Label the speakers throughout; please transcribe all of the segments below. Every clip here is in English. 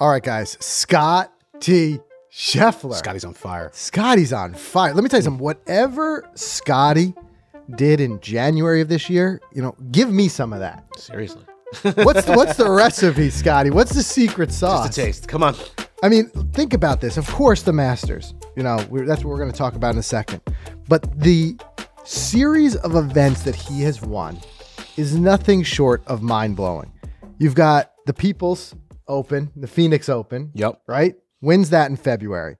Speaker 1: All right, guys. Scott T. Scheffler.
Speaker 2: Scotty's on fire.
Speaker 1: Scotty's on fire. Let me tell you
Speaker 2: Mm.
Speaker 1: something. Whatever Scotty did in January of this year, you know, give me some of that.
Speaker 2: Seriously.
Speaker 1: What's the, what's the recipe, Scotty? What's the secret sauce?
Speaker 2: Just a taste. Come on.
Speaker 1: I mean, think about this. Of course, the Masters. You know, we're, that's what we're going to talk about in a second. But the series of events that he has won is nothing short of mind blowing. You've got the People's Open, the Phoenix Open,
Speaker 2: Yep.
Speaker 1: right? Wins that in February.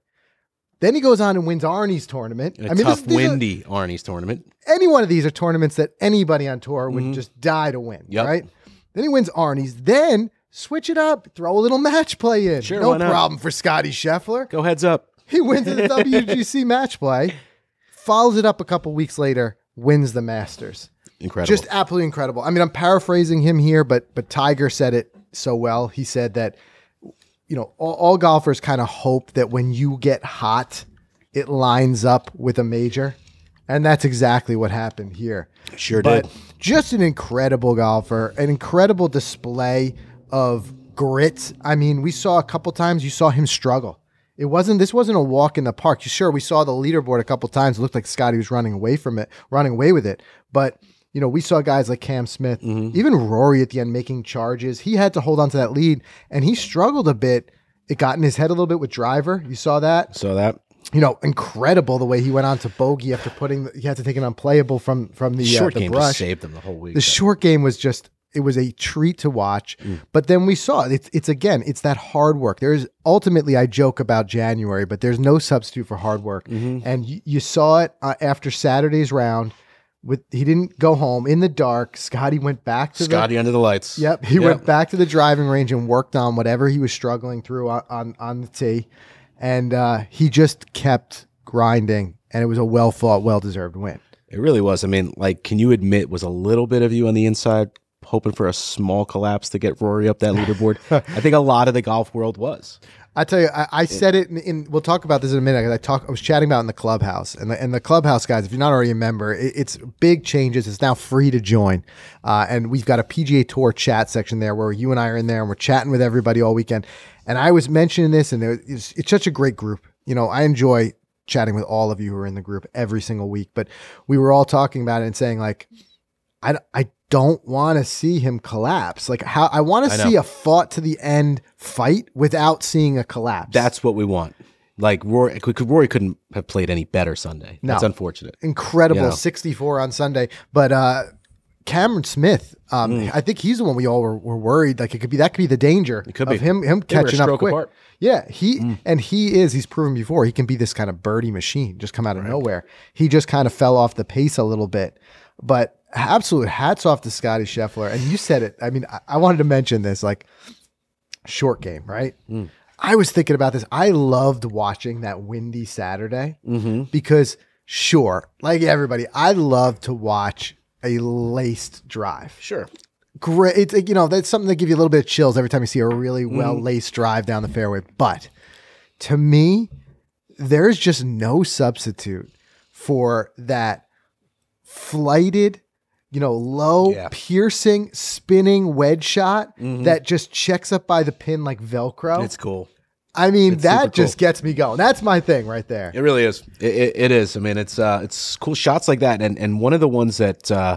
Speaker 1: Then he goes on and wins Arnie's tournament.
Speaker 2: In a
Speaker 1: I mean, this-
Speaker 2: tough,
Speaker 1: these are-
Speaker 2: windy Arnie's tournament.
Speaker 1: any one of these are tournaments that anybody on tour would just die to win,
Speaker 2: Mm-hmm. Yep.
Speaker 1: right? Then he wins Arnie's. Then switch it up, throw a little match play in.
Speaker 2: Sure,
Speaker 1: no
Speaker 2: why not?
Speaker 1: problem for Scotty Scheffler.
Speaker 2: Go heads up.
Speaker 1: He wins the WGC match play, follows it up a couple weeks later, wins the Masters.
Speaker 2: Incredible.
Speaker 1: Just absolutely incredible. I mean, I'm paraphrasing him here, but but Tiger said it so well. He said that you know all, all golfers kind of hope that when you get hot, it lines up with a major, and that's exactly what happened here.
Speaker 2: sure
Speaker 1: But
Speaker 2: did.
Speaker 1: just an incredible golfer, an incredible display of grit. I mean, we saw a couple times you saw him struggle. It wasn't this wasn't a walk in the park. Sure, we saw the leaderboard a couple times. It looked like Scotty was running away from it, running away with it. But you know, we saw guys like Cam Smith,
Speaker 2: Mm-hmm.
Speaker 1: even Rory at the end making charges. He had to hold on to that lead and he struggled a bit. It got in his head a little bit with driver. You saw that
Speaker 2: So that.
Speaker 1: you know, incredible the way he went on to bogey after putting he had to take an unplayable from from the
Speaker 2: short
Speaker 1: uh, the
Speaker 2: game
Speaker 1: brush.
Speaker 2: just saved them the whole week.
Speaker 1: the short game was just it was a treat to watch.
Speaker 2: Mm.
Speaker 1: But then we saw it's it's again it's that hard work. There is ultimately I joke about January, but there's no substitute for hard work.
Speaker 2: Mm-hmm.
Speaker 1: And you, you saw it uh, after Saturday's round. With he didn't go home in the dark. Scotty went back to the
Speaker 2: Scotty under the lights.
Speaker 1: Yep, he
Speaker 2: Yep.
Speaker 1: went back to the driving range and worked on whatever he was struggling through on on, on the tee, and uh, he just kept grinding, and it was a well fought, well deserved win.
Speaker 2: It really was. I mean, like, can you admit was a little bit of you on the inside hoping for a small collapse to get Rory up that leaderboard? I think a lot of the golf world was.
Speaker 1: I tell you, I, I said it, in, in we'll talk about this in a minute. 'cause I talk, I was chatting about it in the clubhouse, and the, and the clubhouse guys, if you're not already a member, it, it's big changes. It's now free to join, uh, and we've got a PGA Tour chat section there where you and I are in there, and we're chatting with everybody all weekend. And I was mentioning this, and it, it's, it's such a great group. You know, I enjoy chatting with all of you who are in the group every single week, but we were all talking about it and saying like, I, d- I don't want to see him collapse. Like how I want to
Speaker 2: I know.
Speaker 1: see a fought to the end fight without seeing a collapse.
Speaker 2: That's what we want. Like Rory, Rory couldn't have played any better Sunday.
Speaker 1: No.
Speaker 2: That's unfortunate.
Speaker 1: incredible.
Speaker 2: Yeah.
Speaker 1: 64 on Sunday, but uh, Cameron Smith, um,
Speaker 2: Mm.
Speaker 1: I think he's the one we all were, were worried. Like it could be that could be the danger
Speaker 2: could
Speaker 1: of
Speaker 2: be.
Speaker 1: him him
Speaker 2: were a
Speaker 1: catching up
Speaker 2: stroke
Speaker 1: quick.
Speaker 2: apart. Mm.
Speaker 1: Yeah, he and he is. He's proven before he can be this kind of birdie machine, just come out of nowhere. He just kind of fell off the pace a little bit, but absolute hats off to Scotty Scheffler. And you said it. I mean, I, I wanted to mention this like short game, right?
Speaker 2: Mm.
Speaker 1: I was thinking about this. I loved watching that windy Saturday
Speaker 2: Mm-hmm.
Speaker 1: because, sure, like everybody, I love to watch a laced drive
Speaker 2: Sure.
Speaker 1: great. It's like, you know that's something that gives you a little bit of chills every time you see a really
Speaker 2: Mm-hmm.
Speaker 1: well laced drive down the fairway. But to me, there is just no substitute for that flighted, you know, low,
Speaker 2: Yeah. Mm-hmm.
Speaker 1: piercing, spinning wedge shot that just checks up by the pin like Velcro.
Speaker 2: It's cool.
Speaker 1: I mean,
Speaker 2: it's super
Speaker 1: that just gets me going. That's my thing right there.
Speaker 2: It really is. It, it, it is. I mean, it's uh, it's cool shots like that, and and one of the ones that uh,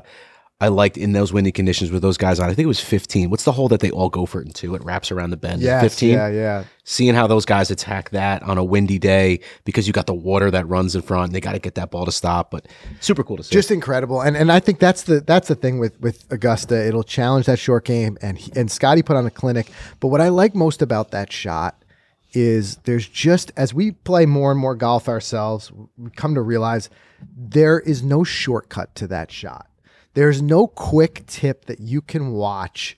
Speaker 2: I liked in those windy conditions were those guys on. I think it was fifteen. What's the hole that they all go for it in two? It wraps around the bend.
Speaker 1: Yes,
Speaker 2: fifteen.
Speaker 1: Yeah, yeah.
Speaker 2: Seeing how those guys attack that on a windy day because you got the water that runs in front. And they got to get that ball to stop, but super cool to see.
Speaker 1: just incredible and and i think that's the that's the thing with with augusta it'll challenge that short game and he, and scotty put on a clinic but what i like most about that shot is there's just as we play more and more golf ourselves we come to realize there is no shortcut to that shot there's no quick tip that you can watch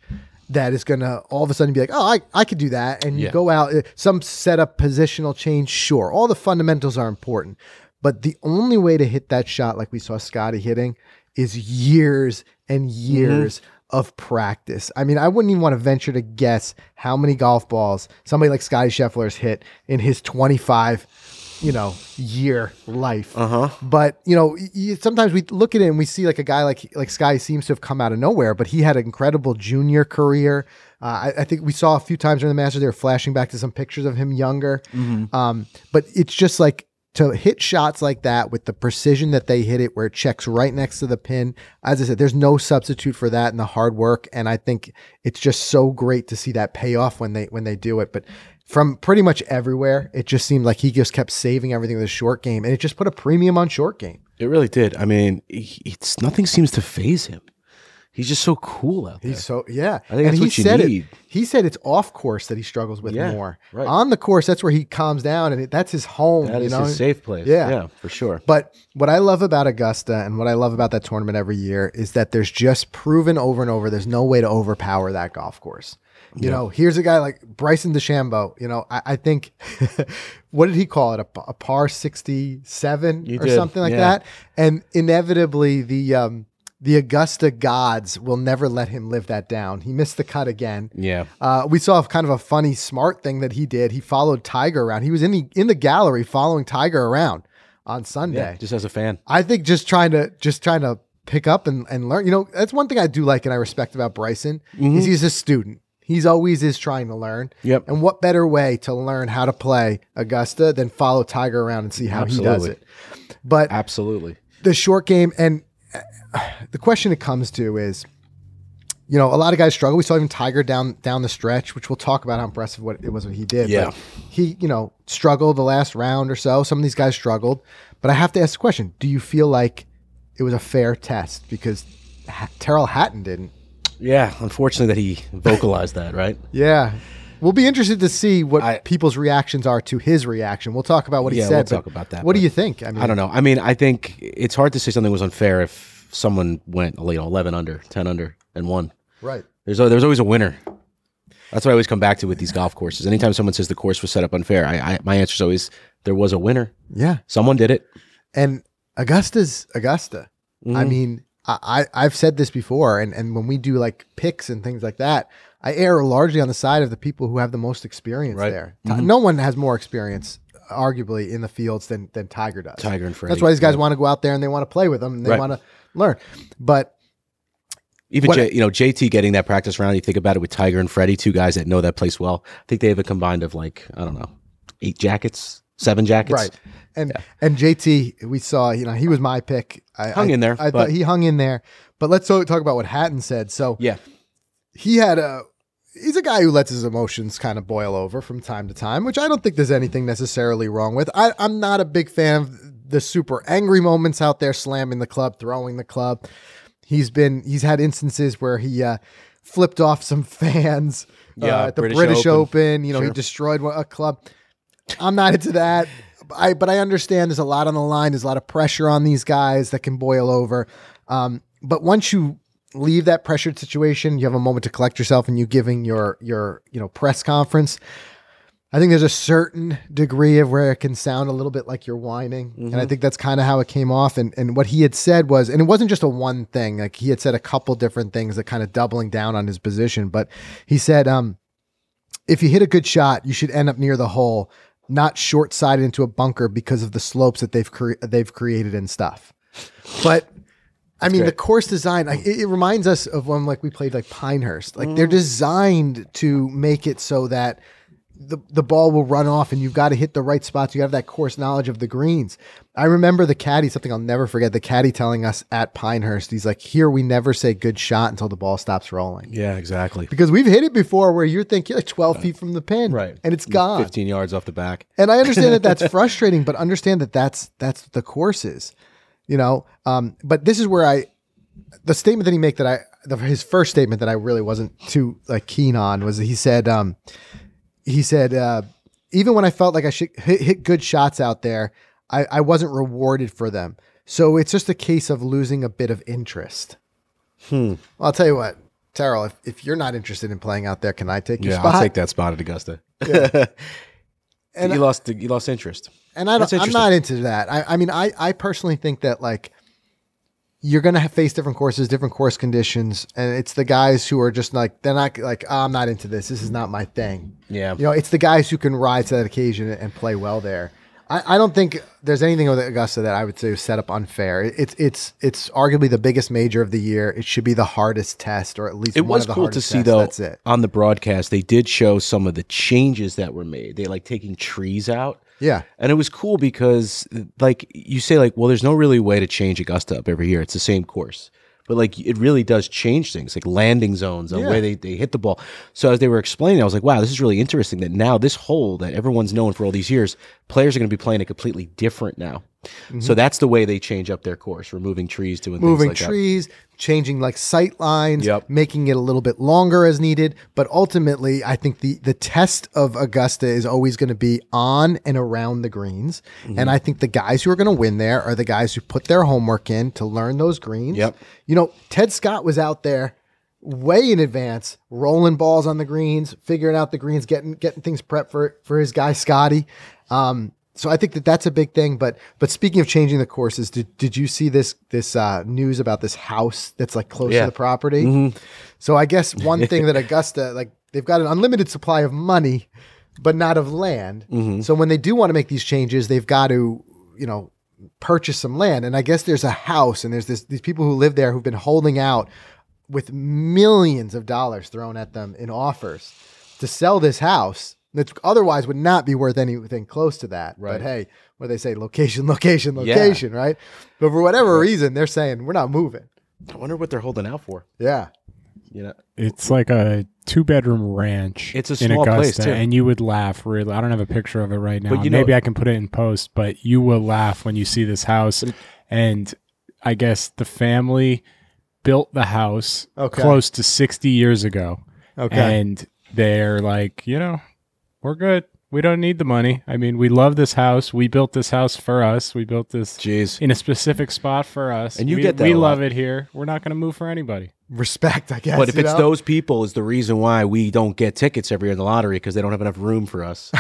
Speaker 1: that is going to all of a sudden be like, oh, I, I could do that. And you
Speaker 2: Yeah.
Speaker 1: go out, uh, some setup positional change, sure. All the fundamentals are important. But the only way to hit that shot, like we saw Scotty hitting, is years and years of practice. I mean, I wouldn't even want to venture to guess how many golf balls somebody like Scotty Scheffler's hit in his 25 you know year life uh-huh but you know y- y- sometimes we look at it and we see like a guy like like sky seems to have come out of nowhere but he had an incredible junior career Uh, I, I think we saw a few times during the Masters they were flashing back to some pictures of him younger. Um, but it's just like to hit shots like that with the precision that they hit it, where it checks right next to the pin. As I said, there's no substitute for that and the hard work. And I think it's just so great to see that pay off when they when they do it. But from pretty much everywhere, it just seemed like he just kept saving everything with his short game, and it just put a premium on short game.
Speaker 2: It really did. I mean, he- it's nothing seems to phase him. He's just so cool out there.
Speaker 1: He's so yeah. I
Speaker 2: think that's
Speaker 1: he
Speaker 2: what you
Speaker 1: said
Speaker 2: need.
Speaker 1: It, he said it's off course that he struggles with
Speaker 2: Yeah,
Speaker 1: more.
Speaker 2: right.
Speaker 1: On the course, that's where he calms down, and it, that's his home.
Speaker 2: That
Speaker 1: you
Speaker 2: is
Speaker 1: know?
Speaker 2: his safe place.
Speaker 1: Yeah.
Speaker 2: yeah, for sure.
Speaker 1: But what I love about Augusta and what I love about that tournament every year is that there's just proven over and over there's no way to overpower that golf course. You know, here's a guy like Bryson DeChambeau. You know, I, I think, what did he call it? A, p- a par 67 or
Speaker 2: did,
Speaker 1: something like
Speaker 2: yeah.
Speaker 1: that. And inevitably, the um, the Augusta gods will never let him live that down. He missed the cut again.
Speaker 2: Yeah.
Speaker 1: Uh, we saw kind of a funny, smart thing that he did. He followed Tiger around. He was in the in the gallery following Tiger around on Sunday.
Speaker 2: Just as a fan.
Speaker 1: I think just trying to just trying to pick up and, and learn. You know, that's one thing I do like and I respect about Bryson is he's a student. He's always is trying to learn.
Speaker 2: Mm-hmm. Yep.
Speaker 1: And what better way to learn how to play Augusta than follow Tiger around and see how he does
Speaker 2: Absolutely.
Speaker 1: it? But
Speaker 2: Absolutely.
Speaker 1: the short game and uh, the question it comes to is you know a lot of guys struggle we saw even tiger down down the stretch which we'll talk about how impressive what it was what he did
Speaker 2: Yeah.
Speaker 1: But he you know struggled the last round or so some of these guys struggled but i have to ask the question do you feel like it was a fair test because ha- terrell hatton didn't
Speaker 2: Yeah. Unfortunately, that he vocalized that, right?
Speaker 1: yeah we'll be interested to see what
Speaker 2: I-
Speaker 1: people's reactions are to his reaction we'll talk about what he
Speaker 2: Yeah,
Speaker 1: said
Speaker 2: we'll
Speaker 1: but
Speaker 2: talk about that,
Speaker 1: what do
Speaker 2: but
Speaker 1: you think i mean
Speaker 2: I don't know. I mean, I think it's hard to say something was unfair if someone went you know, 11 under, 10 under, and won.
Speaker 1: right
Speaker 2: There's, al- there's always a winner. That's what I always come back to with these golf courses. Anytime someone says the course was set up unfair, I, I my answer is always there was a winner.
Speaker 1: yeah
Speaker 2: Someone did it.
Speaker 1: and Augusta's Augusta. I
Speaker 2: Mm-hmm.
Speaker 1: mean, I, I I've said this before, and and when we do like picks and things like that, I err largely on the side of the people who have the most experience
Speaker 2: Right. Mm-hmm.
Speaker 1: there. Ti- No one has more experience, arguably, in the fields than than Tiger does.
Speaker 2: Mm-hmm. Tiger and Freddie.
Speaker 1: That's why these guys want to go out there and they want to play with them and they
Speaker 2: Right.
Speaker 1: want to learn. But
Speaker 2: Even
Speaker 1: What-
Speaker 2: J, you know JT getting that practice round. You think about it with Tiger and Freddie, two guys that know that place well. I think they have a combined of like I don't know, eight jackets, seven jackets.
Speaker 1: right. And and JT, we saw, you know, he was my pick. I
Speaker 2: Hung
Speaker 1: I-
Speaker 2: in there,
Speaker 1: I thought
Speaker 2: but-
Speaker 1: he hung in there. But let's so- talk about what Hatton said. So
Speaker 2: Yeah.
Speaker 1: he had a he's a guy who lets his emotions kind of boil over from time to time, which I don't think there's anything necessarily wrong with. I, I'm not a big fan of the super angry moments out there, slamming the club, throwing the club. He's been he's had instances where he uh, flipped off some fans uh,
Speaker 2: Yeah,
Speaker 1: at the British,
Speaker 2: British
Speaker 1: Open.
Speaker 2: Open.
Speaker 1: You know, he destroyed one- a club. I'm not into that. I but I understand there's a lot on the line. There's a lot of pressure on these guys that can boil over. Um, but once you leave that pressured situation, you have a moment to collect yourself, and you giving your your you know press conference. I think there's a certain degree of where it can sound a little bit like you're whining. And I think that's kind of how it came off. And, and what he had said was, and it wasn't just a one thing, like he had said a couple different things that kind of doubling down on his position. But he said, um, if you hit a good shot, you should end up near the hole, not short sided into a bunker because of the slopes that they've cre- they've created and stuff. But I mean, the course design like, it, it reminds us of when like we played like Pinehurst. Like they're designed to make it so that the the ball will run off and you've got to hit the right spots. You have that course knowledge of the greens. I remember the caddy, something I'll never forget, the caddy telling us at Pinehurst, he's like, here we never say good shot until the ball stops rolling.
Speaker 2: Yeah. Exactly.
Speaker 1: Because we've hit it before where you're thinking like 12 feet from the pin.
Speaker 2: Right.
Speaker 1: And it's gone.
Speaker 2: Fifteen yards off the back.
Speaker 1: And I understand that that's frustrating, but understand that that's that's what the course is, you know. Um, but this is where I, the statement that he made that I, the, his first statement that I really wasn't too like keen on was that he said, um, he said, uh, even when I felt like I should hit, hit good shots out there, I, I wasn't rewarded for them. So it's just a case of losing a bit of interest. Hmm. Well, I'll tell you what, Terrell, if, if you're not interested in playing out there, can I take your
Speaker 2: Yeah,
Speaker 1: spot?
Speaker 2: I'll take that spot at Augusta.
Speaker 1: And
Speaker 2: you lost. You lost interest.
Speaker 1: And I
Speaker 2: That's
Speaker 1: don't, I'm
Speaker 2: interesting.
Speaker 1: not into that. I, I mean, I, I personally think that like you're gonna have, face different courses, different course conditions, and it's the guys who are just like they're not like "Ah, I'm not into this. This is not my thing.
Speaker 2: Yeah.
Speaker 1: You know, it's the guys who can rise to that occasion and play well there. I, I don't think there's anything with Augusta that I would say was set up unfair. It- It's it's it's arguably the biggest major of the year. It should be the hardest test, or at least
Speaker 2: It
Speaker 1: one
Speaker 2: was
Speaker 1: of the
Speaker 2: cool to
Speaker 1: hardest
Speaker 2: see
Speaker 1: tests.
Speaker 2: though
Speaker 1: That's it.
Speaker 2: on the broadcast. They did show some of the changes that were made. They like taking trees out.
Speaker 1: Yeah,
Speaker 2: And it was cool because like you say like well there's no really way to change Augusta up every year. It's the same course. But like it really does change things, like landing zones, the
Speaker 1: Yeah.
Speaker 2: way they, they hit the ball. So as they were explaining, I was like, wow, this is really interesting that now this hole that everyone's known for all these years, players are going to be playing it completely different now. So that's the way they change up their course, removing trees, doing
Speaker 1: Mm-hmm. moving
Speaker 2: things like that.
Speaker 1: trees, changing like sight lines,
Speaker 2: Yep.
Speaker 1: making it a little bit longer as needed. But ultimately, I think the the test of Augusta is always going to be on and around the greens.
Speaker 2: Mm-hmm.
Speaker 1: And I think the guys who are going to win there are the guys who put their homework in to learn those greens.
Speaker 2: Yep.
Speaker 1: You know, Ted Scott was out there way in advance, rolling balls on the greens, figuring out the greens, getting getting things prepped for for his guy Scotty. Um, so I think that that's a big thing. But but speaking of changing the courses, did, did you see this this uh, news about this house that's like close
Speaker 2: Yeah.
Speaker 1: to the property?
Speaker 2: Mm-hmm.
Speaker 1: So I guess one thing that Augusta like they've got an unlimited supply of money, but not of land.
Speaker 2: Mm-hmm.
Speaker 1: So when they do want to make these changes, they've got to you know purchase some land. And I guess there's a house and there's this these people who live there who've been holding out with millions of dollars thrown at them in offers to sell this house that otherwise would not be worth anything close to that.
Speaker 2: Right.
Speaker 1: But hey, what they say, location, location,
Speaker 2: Yeah.
Speaker 1: location, right? But for whatever reason, they're saying we're not moving.
Speaker 2: I wonder what they're holding out for.
Speaker 1: Yeah.
Speaker 2: You know,
Speaker 3: It's like a two bedroom ranch.
Speaker 2: It's a
Speaker 3: in
Speaker 2: small place,
Speaker 3: Augusta,
Speaker 2: too.
Speaker 3: And you would laugh really. I don't have a picture of it right now.
Speaker 2: But you know-
Speaker 3: Maybe I can put it in post, but you will laugh when you see this house. And I guess the family built the house
Speaker 1: Okay.
Speaker 3: close to 60 years ago.
Speaker 1: Okay.
Speaker 3: And they're like, you know, we're good. We don't need the money. I mean, we love this house. We built this house for us. We built this
Speaker 2: jeez.
Speaker 3: in a specific spot for us.
Speaker 2: And you
Speaker 3: we,
Speaker 2: get that
Speaker 3: we
Speaker 2: a lot.
Speaker 3: love it here. We're not going to move for anybody.
Speaker 1: Respect, I guess.
Speaker 2: But if
Speaker 1: you
Speaker 2: it's
Speaker 1: know?
Speaker 2: those people is the reason why we don't get tickets every year in the lottery because they don't have enough room for us,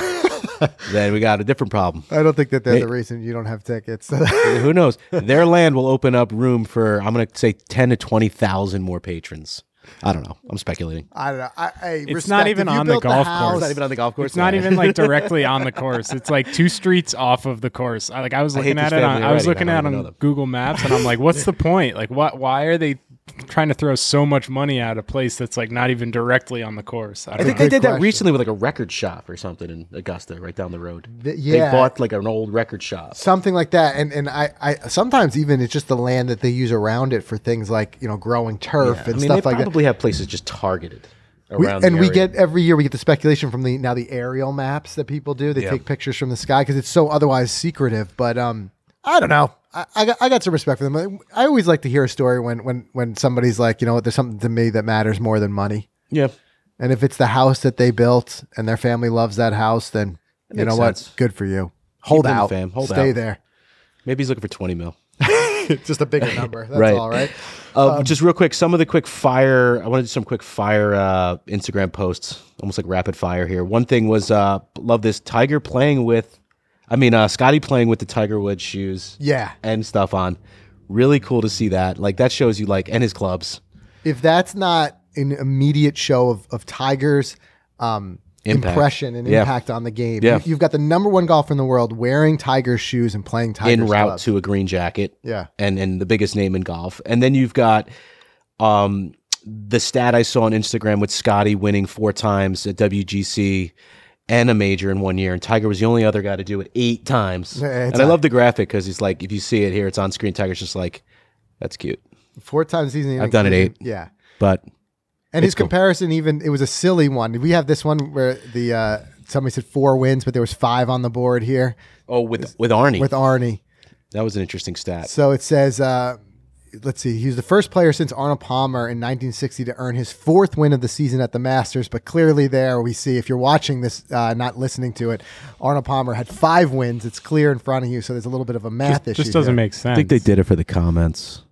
Speaker 2: then we got a different problem.
Speaker 1: I don't think that they're
Speaker 2: They-
Speaker 1: the reason you don't have tickets.
Speaker 2: Who knows? Their land will open up room for I'm going to say ten to twenty thousand more patrons. I don't know. I'm speculating.
Speaker 1: I don't know. I, I
Speaker 3: It's
Speaker 1: respect.
Speaker 3: not even
Speaker 1: If you
Speaker 3: on the
Speaker 1: built
Speaker 3: golf
Speaker 1: house-
Speaker 3: course.
Speaker 2: Not even on the golf course.
Speaker 3: It's not
Speaker 2: man.
Speaker 3: even like directly on the course. It's like two streets off of the course. I, like I was
Speaker 2: I hate
Speaker 3: looking at
Speaker 2: this
Speaker 3: it. On,
Speaker 2: family
Speaker 3: I was
Speaker 2: already,
Speaker 3: looking
Speaker 2: I
Speaker 3: at
Speaker 2: don't
Speaker 3: it
Speaker 2: even know
Speaker 3: on
Speaker 2: them.
Speaker 3: Google Maps, and I'm like, what's the point? Like, what? Why are they trying to throw so much money at a place that's like not even directly on the course? I
Speaker 2: I
Speaker 3: don't
Speaker 2: think
Speaker 3: know.
Speaker 2: they did that
Speaker 1: question.
Speaker 2: recently with like a record shop or something in Augusta, right down the road.
Speaker 1: Th-
Speaker 2: They
Speaker 1: yeah.
Speaker 2: bought like an old record shop.
Speaker 1: something like that and and I, I sometimes even it's just the land that they use around it for things like you know growing turf
Speaker 2: Yeah.
Speaker 1: and
Speaker 2: I mean,
Speaker 1: stuff
Speaker 2: they
Speaker 1: like that
Speaker 2: probably have places just targeted
Speaker 1: We-
Speaker 2: around.
Speaker 1: and
Speaker 2: the
Speaker 1: we
Speaker 2: area.
Speaker 1: get every year we get the speculation from the now the aerial maps that people do they
Speaker 2: Yeah.
Speaker 1: take pictures from the sky because it's so otherwise secretive but um i don't know I, I, got, I got some respect for them I, I always like to hear a story when when when somebody's like you know what there's something to me that matters more than money
Speaker 2: yeah.
Speaker 1: and if it's the house that they built and their family loves that house then you
Speaker 2: makes
Speaker 1: know what
Speaker 2: sense.
Speaker 1: good for you hold
Speaker 2: in the
Speaker 1: out
Speaker 2: fam. Hold
Speaker 1: stay
Speaker 2: out.
Speaker 1: there
Speaker 2: Maybe he's looking for twenty mil.
Speaker 1: just a bigger number that's
Speaker 2: Right.
Speaker 1: all right
Speaker 2: Uh, just real quick, some of the quick fire. I want to do some quick fire uh, Instagram posts, almost like rapid fire here. One thing was uh, love this Tiger playing with, I mean, uh, Scotty playing with the Tiger Woods shoes
Speaker 1: yeah
Speaker 2: and stuff on. Really cool to see that. Like that shows you like and his clubs.
Speaker 1: if that's not an immediate show of, of Tiger's um,
Speaker 2: Impact.
Speaker 1: impression and
Speaker 2: Yeah.
Speaker 1: impact on the game,
Speaker 2: Yeah.
Speaker 1: you, have got the number one golfer in the world wearing Tiger's shoes and playing Tiger's
Speaker 2: in route
Speaker 1: clubs.
Speaker 2: to a green jacket.
Speaker 1: Yeah.
Speaker 2: And and the biggest name in golf. And then you've got um the stat I saw on Instagram with Scotty winning four times at WGC and a major in one year, and Tiger was the only other guy to do it eight times.
Speaker 1: Yeah,
Speaker 2: and
Speaker 1: it's
Speaker 2: I
Speaker 1: a-
Speaker 2: love the graphic because he's like, if you see it here, it's on screen. Tiger's just like, that's cute.
Speaker 1: four times he's in the
Speaker 2: I've done it
Speaker 1: inclusion.
Speaker 2: eight.
Speaker 1: Yeah.
Speaker 2: But
Speaker 1: And his
Speaker 2: cool.
Speaker 1: comparison, even it was a silly one. We have this one where the uh, somebody said four wins, but there was five on the board here
Speaker 2: oh, with with Arnie,
Speaker 1: with Arnie.
Speaker 2: that was an interesting stat.
Speaker 1: So it says, uh, let's see, he was the first player since Arnold Palmer in 1960 to earn his fourth win of the season at the Masters. But clearly, there we see, if you're watching this, uh, not listening to it, Arnold Palmer had five wins. It's clear in front of you. So there's a little bit of a math issue.
Speaker 3: Just doesn't
Speaker 1: here.
Speaker 3: make sense.
Speaker 2: I think they did it for the comments.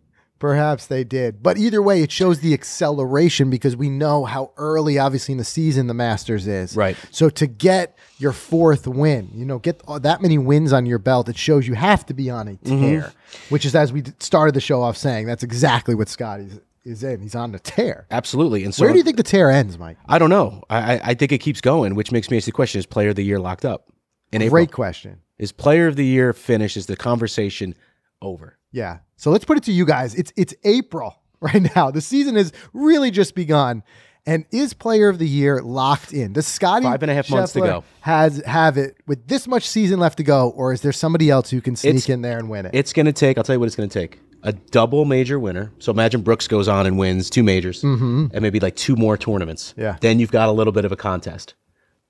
Speaker 1: Perhaps they did. But either way, it shows the acceleration because we know how early, obviously, in the season the Masters is.
Speaker 2: Right.
Speaker 1: So to get your fourth win, you know, get all- that many wins on your belt, it shows you have to be on a
Speaker 2: Mm-hmm.
Speaker 1: tear, which is, as we d- started the show off saying, that's exactly what Scott is, is in. He's on the tear.
Speaker 2: Absolutely. And so
Speaker 1: Where do you think the tear ends, Mike?
Speaker 2: I don't know. I, I- I think it keeps going, which makes me ask the question: Is player of the year locked up? in April?
Speaker 1: Great question.
Speaker 2: Is player of the year finish? Is the conversation over?
Speaker 1: Yeah. So let's put it to you guys. It's it's April right now. The season has really just begun. And is player of the year locked in? Does Scotty
Speaker 2: Five and a half months to
Speaker 1: Scheffler
Speaker 2: go.
Speaker 1: has have it with this much season left to go, or is there somebody else who can sneak
Speaker 2: It's-
Speaker 1: in there and win it?
Speaker 2: It's going to take, I'll tell you what it's going to take a double major winner. So imagine Brooks goes on and wins two majors and maybe like two more tournaments.
Speaker 1: Mm-hmm. Yeah.
Speaker 2: Then you've got a little bit of a contest.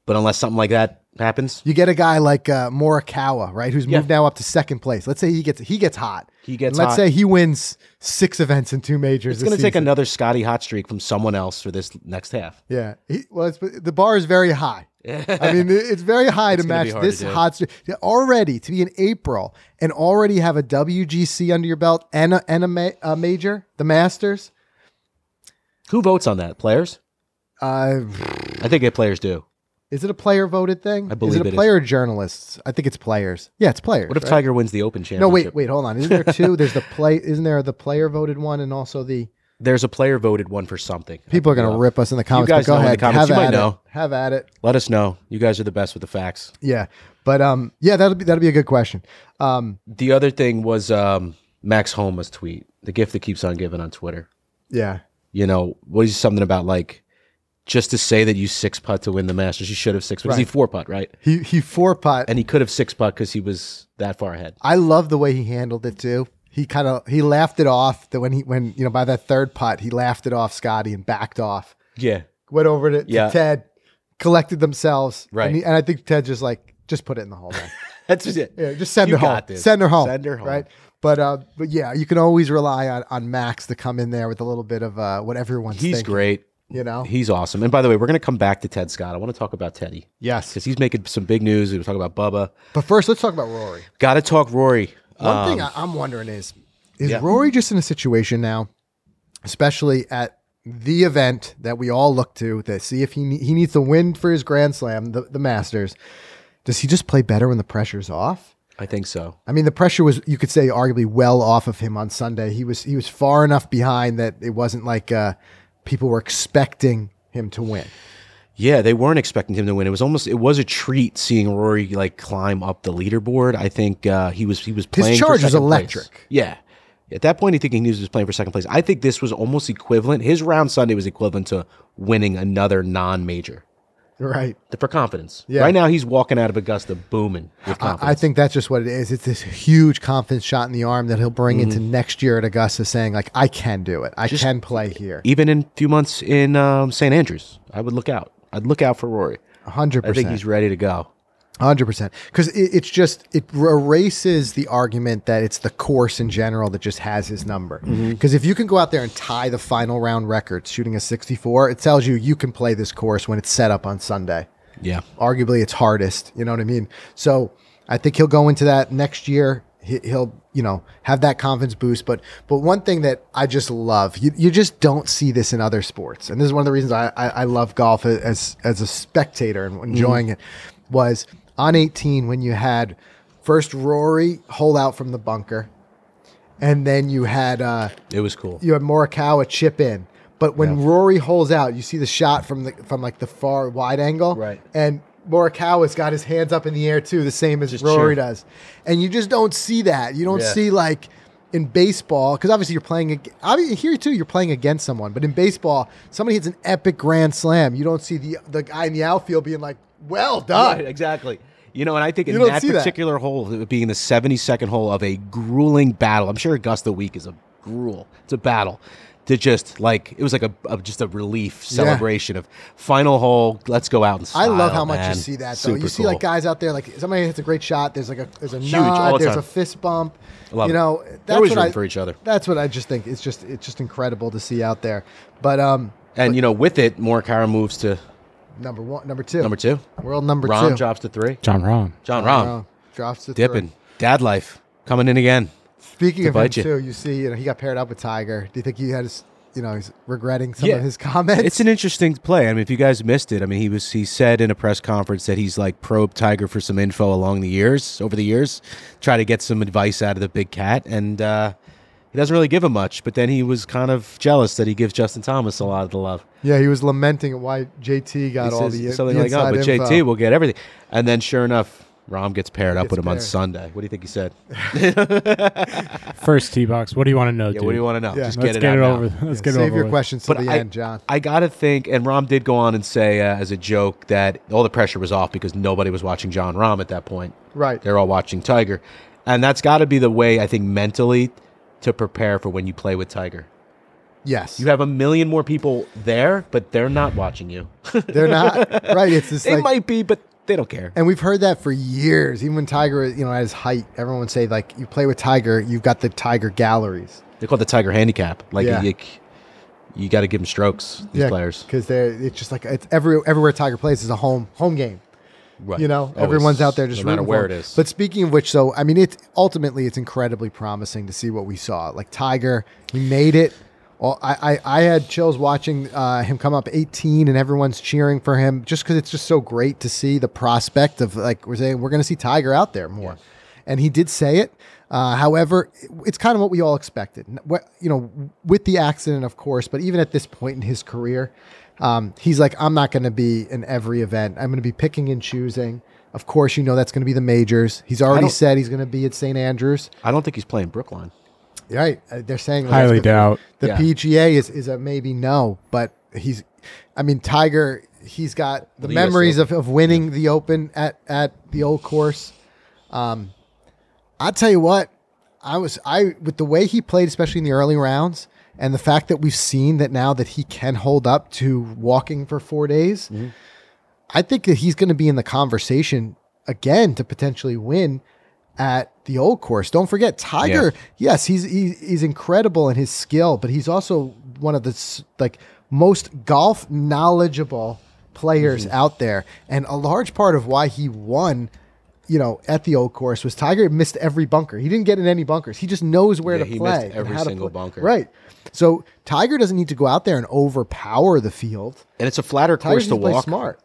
Speaker 2: But unless something like that happens,
Speaker 1: you get a guy like uh, Morikawa, right, who's moved now up to second place. Let's say he gets he gets hot.
Speaker 2: He
Speaker 1: And
Speaker 2: gets
Speaker 1: let's
Speaker 2: hot.
Speaker 1: say he wins six events in two majors.
Speaker 2: it's going to take
Speaker 1: a
Speaker 2: another Scotty hot streak from someone else for this next half.
Speaker 1: yeah. He, well, it's, the bar is very high. I mean, it- it's very high to
Speaker 2: gonna
Speaker 1: match
Speaker 2: be hard
Speaker 1: this
Speaker 2: to do.
Speaker 1: hot streak already to be in April and already have a WGC under your belt and a, and a, ma- a major, the Masters.
Speaker 2: Who votes on that? Players?
Speaker 1: Uh,
Speaker 2: I think it players do.
Speaker 1: is it a player voted thing?
Speaker 2: I believe
Speaker 1: is it
Speaker 2: it
Speaker 1: a
Speaker 2: is.
Speaker 1: player or journalists? I think it's players. Yeah, it's players.
Speaker 2: What if
Speaker 1: right?
Speaker 2: Tiger wins the Open Championship?
Speaker 1: No, wait, wait, hold on. Isn't there two? There's the play. Isn't there the player voted one and also the
Speaker 2: There's a player voted one for something.
Speaker 1: people are going to
Speaker 2: Yeah.
Speaker 1: rip us in the comments.
Speaker 2: guys
Speaker 1: but go
Speaker 2: know in the
Speaker 1: ahead,
Speaker 2: comments.
Speaker 1: have
Speaker 2: You might
Speaker 1: at
Speaker 2: know.
Speaker 1: it. Have at it.
Speaker 2: Let us know. You guys are the best with the facts.
Speaker 1: Yeah, but um, yeah, that'll be that'll be a good question. Um,
Speaker 2: The other thing was um, Max Holma's tweet, the gift that keeps on giving on Twitter.
Speaker 1: yeah,
Speaker 2: you know, what is something about like just to say that you six putt to win the Masters, you should have six putt. 'cause He
Speaker 1: Right.
Speaker 2: four putt, right?
Speaker 1: he he four pot
Speaker 2: And he could have six putt because he was that far ahead.
Speaker 1: I love the way he handled it too. He kind of he laughed it off that when he when you know by that third putt he laughed it off Scotty and backed off.
Speaker 2: Yeah,
Speaker 1: Went over to, to
Speaker 2: Yeah.
Speaker 1: Ted, collected themselves,
Speaker 2: Right.
Speaker 1: And, he- and I think Ted just like just put it in the hole. man.
Speaker 2: that's just it.
Speaker 1: Yeah, just send
Speaker 2: You
Speaker 1: her home.
Speaker 2: got this.
Speaker 1: Send her home.
Speaker 2: Send her home.
Speaker 1: Right. But uh, but yeah, you can always rely on on Max to come in there with a little bit of uh, what everyone's
Speaker 2: He's
Speaker 1: thinking,
Speaker 2: great.
Speaker 1: You know.
Speaker 2: He's awesome. And by the way, we're gonna come back to Ted Scott. I want to talk about Teddy
Speaker 1: yes.
Speaker 2: because he's making some big news. We were talking about Bubba.
Speaker 1: But first, let's talk about Rory.
Speaker 2: Got to talk Rory.
Speaker 1: One
Speaker 2: Um,
Speaker 1: thing I, I'm wondering is is
Speaker 2: yeah.
Speaker 1: Rory just in a situation now, especially at the event that we all look to to see if he ne- he needs to win for his Grand Slam, the, the Masters. Does he just play better when the pressure's off?
Speaker 2: I think so.
Speaker 1: I mean, the pressure was you could say arguably well off of him on Sunday. He was he was far enough behind that it wasn't like uh, people were expecting him to win.
Speaker 2: Yeah, they weren't expecting him to win. It was almost it was a treat seeing Rory like climb up the leaderboard. I think uh, he was he was playing for
Speaker 1: charge was
Speaker 2: second place.
Speaker 1: electric.
Speaker 2: Yeah. At that point, he thinking he was just playing for second place. I think this was almost equivalent. His round Sunday was equivalent to winning another non-major
Speaker 1: Right.
Speaker 2: for confidence.
Speaker 1: Yeah.
Speaker 2: Right now, he's walking out of Augusta booming with
Speaker 1: I
Speaker 2: confidence.
Speaker 1: think that's just what it is. It's this huge confidence shot in the arm that he'll bring into
Speaker 2: Mm-hmm.
Speaker 1: next year at Augusta, saying like, "I can do it. I can play here."
Speaker 2: Even in a few months in um, St. Andrews, I would look out. I'd look out for Rory.
Speaker 1: Hundred
Speaker 2: I think
Speaker 1: percent.
Speaker 2: he's ready to go.
Speaker 1: Hundred percent, because it, it's just it erases the argument that it's the course in general that just has his number.
Speaker 2: Mm-hmm.
Speaker 1: Because if you can go out there and tie the final round record, shooting a sixty-four, it tells you you can play this course when it's set up on Sunday.
Speaker 2: Yeah.
Speaker 1: Arguably, it's hardest. You know what I mean? So I think he'll go into that next year. He, he'll you know have that confidence boost. But but one thing that I just love, you, you just don't see this in other sports, and this is one of the reasons I I, I love golf a- as as a spectator and enjoying it was on 18 when you had first Rory hole out from the bunker, and then you had uh,
Speaker 2: It was cool.
Speaker 1: you had Morikawa chip in. But when Rory holds out, you see the shot from the from like the far wide angle,
Speaker 2: Right.
Speaker 1: And Morikawa's got his hands up in the air too, the same as Rory
Speaker 2: cheer.
Speaker 1: does. And you just don't see that. You don't
Speaker 2: Yeah.
Speaker 1: see like in baseball because obviously you're playing. ag- I mean, here too, you're playing against someone. But in baseball, somebody hits an epic grand slam. You don't see the the guy in the outfield being like, "Well done."
Speaker 2: Right, exactly. You know, and I think in
Speaker 1: You don't
Speaker 2: that
Speaker 1: see that.
Speaker 2: particular hole, it being the 72nd hole of a grueling battle, I'm sure Augusta Week is a gruel. It's a battle. To just like it was like a, a- just a relief celebration of final hole. Let's go out and
Speaker 1: I love
Speaker 2: style,
Speaker 1: how much
Speaker 2: man.
Speaker 1: you see that though.
Speaker 2: Super
Speaker 1: you see
Speaker 2: cool.
Speaker 1: like guys out there, like somebody hits a great shot. There's like a there's a
Speaker 2: Huge, all
Speaker 1: nod,
Speaker 2: the
Speaker 1: there's
Speaker 2: time.
Speaker 1: a fist bump.
Speaker 2: love
Speaker 1: you
Speaker 2: it.
Speaker 1: know,
Speaker 2: They're
Speaker 1: that's
Speaker 2: always
Speaker 1: what
Speaker 2: rooting
Speaker 1: I,
Speaker 2: for each other.
Speaker 1: That's what I just think. It's just it's just incredible to see out there. But um,
Speaker 2: and you know, with it, Morikawa moves to
Speaker 1: number one, number two,
Speaker 2: number two.
Speaker 1: world number
Speaker 2: Rom
Speaker 1: two,
Speaker 2: drops to three.
Speaker 3: John Rahm.
Speaker 2: John Rom
Speaker 1: Oh, drops to
Speaker 2: dipping.
Speaker 1: three.
Speaker 2: Dad life coming in again.
Speaker 1: Speaking of him
Speaker 2: bite you.
Speaker 1: too, you see, you know, he got paired up with Tiger. Do you think he had his, you know, he's regretting some
Speaker 2: Yeah.
Speaker 1: of his comments?
Speaker 2: It's an interesting play. I mean, if you guys missed it, I mean, he was he said in a press conference that he's like probed Tiger for some info along the years, over the years, try to get some advice out of the big cat, and uh, he doesn't really give him much. But then he was kind of jealous that he gives Justin Thomas a lot of the love.
Speaker 1: yeah, he was lamenting why JT got
Speaker 2: He
Speaker 1: all
Speaker 2: says
Speaker 1: the
Speaker 2: something
Speaker 1: the
Speaker 2: like, "Oh,
Speaker 1: inside
Speaker 2: but
Speaker 1: info."
Speaker 2: JT will get everything," and then sure enough, Rom gets paired up
Speaker 1: Gets
Speaker 2: with him on
Speaker 1: paired.
Speaker 2: Sunday. What do you think he said?
Speaker 3: First tee box. What do you want to know,
Speaker 2: Yeah,
Speaker 3: dude?
Speaker 2: what do you want to know?
Speaker 1: Yeah.
Speaker 2: Just
Speaker 3: Let's
Speaker 2: get it, out now.
Speaker 3: over. Let's get it
Speaker 1: Save
Speaker 3: over.
Speaker 1: your
Speaker 3: with.
Speaker 1: questions to
Speaker 2: But
Speaker 1: the
Speaker 2: I-
Speaker 1: end, John.
Speaker 2: I gotta think, and Rom did go on and say uh, as a joke that all the pressure was off because nobody was watching John Rom at that point.
Speaker 1: Right.
Speaker 2: They're all watching Tiger, and that's got to be the way I think mentally to prepare for when you play with Tiger.
Speaker 1: Yes.
Speaker 2: You have a million more people there, but they're not watching you.
Speaker 1: They're not right. It's this
Speaker 2: they
Speaker 1: like,
Speaker 2: might be, but they don't care.
Speaker 1: and we've heard that for years. Even when Tiger, you know, at his height, everyone would say like, you play with Tiger, you've got the Tiger galleries.
Speaker 2: They call it the Tiger handicap. Like
Speaker 1: Yeah.
Speaker 2: you, you got to give them strokes. These players,
Speaker 1: because they're it's just like it's every everywhere Tiger plays is a home home game.
Speaker 2: right.
Speaker 1: You know,
Speaker 2: Always,
Speaker 1: everyone's out there just
Speaker 2: no matter
Speaker 1: rooting
Speaker 2: where
Speaker 1: for
Speaker 2: it
Speaker 1: him.
Speaker 2: is.
Speaker 1: But speaking of which, so I mean, it's ultimately it's incredibly promising to see what we saw. Like Tiger, he made it. All, I, I I had chills watching uh, him come up 18, and everyone's cheering for him just because it's just so great to see the prospect of like we're saying we're going to see Tiger out there more, and he did say it. Uh, however, it- it's kind of what we all expected. N- What you know, with the accident, of course, but even at this point in his career, um, he's like, I'm not going to be in every event. I'm going to be picking and choosing. Of course, you know that's going to be the majors. He's already
Speaker 2: don't-
Speaker 1: said he's going to be at St. Andrews.
Speaker 2: I don't think he's playing Brookline.
Speaker 1: Right? Uh, they're saying that's
Speaker 3: Highly
Speaker 1: what-
Speaker 3: doubt.
Speaker 1: the
Speaker 2: Yeah.
Speaker 1: PGA is is a maybe no, but he's, I mean, Tiger, he's got the
Speaker 2: The US
Speaker 1: memories of, of winning the Open at at the old course. Um, I tell you what, I was I with the way he played, especially in the early rounds, and the fact that we've seen that now that he can hold up to walking for four days.
Speaker 2: Mm-hmm.
Speaker 1: I think that he's going to be in the conversation again to potentially win at the old course. Don't forget Tiger. Yes, he's he, he's incredible in his skill, but he's also one of the s- like most golf knowledgeable players
Speaker 2: Mm-hmm.
Speaker 1: out there. And a large part of why he won, you know, at the old course was Tiger missed every bunker. He didn't get in any bunkers. He just knows where
Speaker 2: Yeah,
Speaker 1: to
Speaker 2: he
Speaker 1: play.
Speaker 2: missed
Speaker 1: and
Speaker 2: every
Speaker 1: how to
Speaker 2: single
Speaker 1: play.
Speaker 2: bunker.
Speaker 1: Right. So Tiger doesn't need to go out there and overpower the field.
Speaker 2: And it's a flatter
Speaker 1: Tiger
Speaker 2: course
Speaker 1: needs
Speaker 2: to
Speaker 1: to play
Speaker 2: walk,
Speaker 1: smart.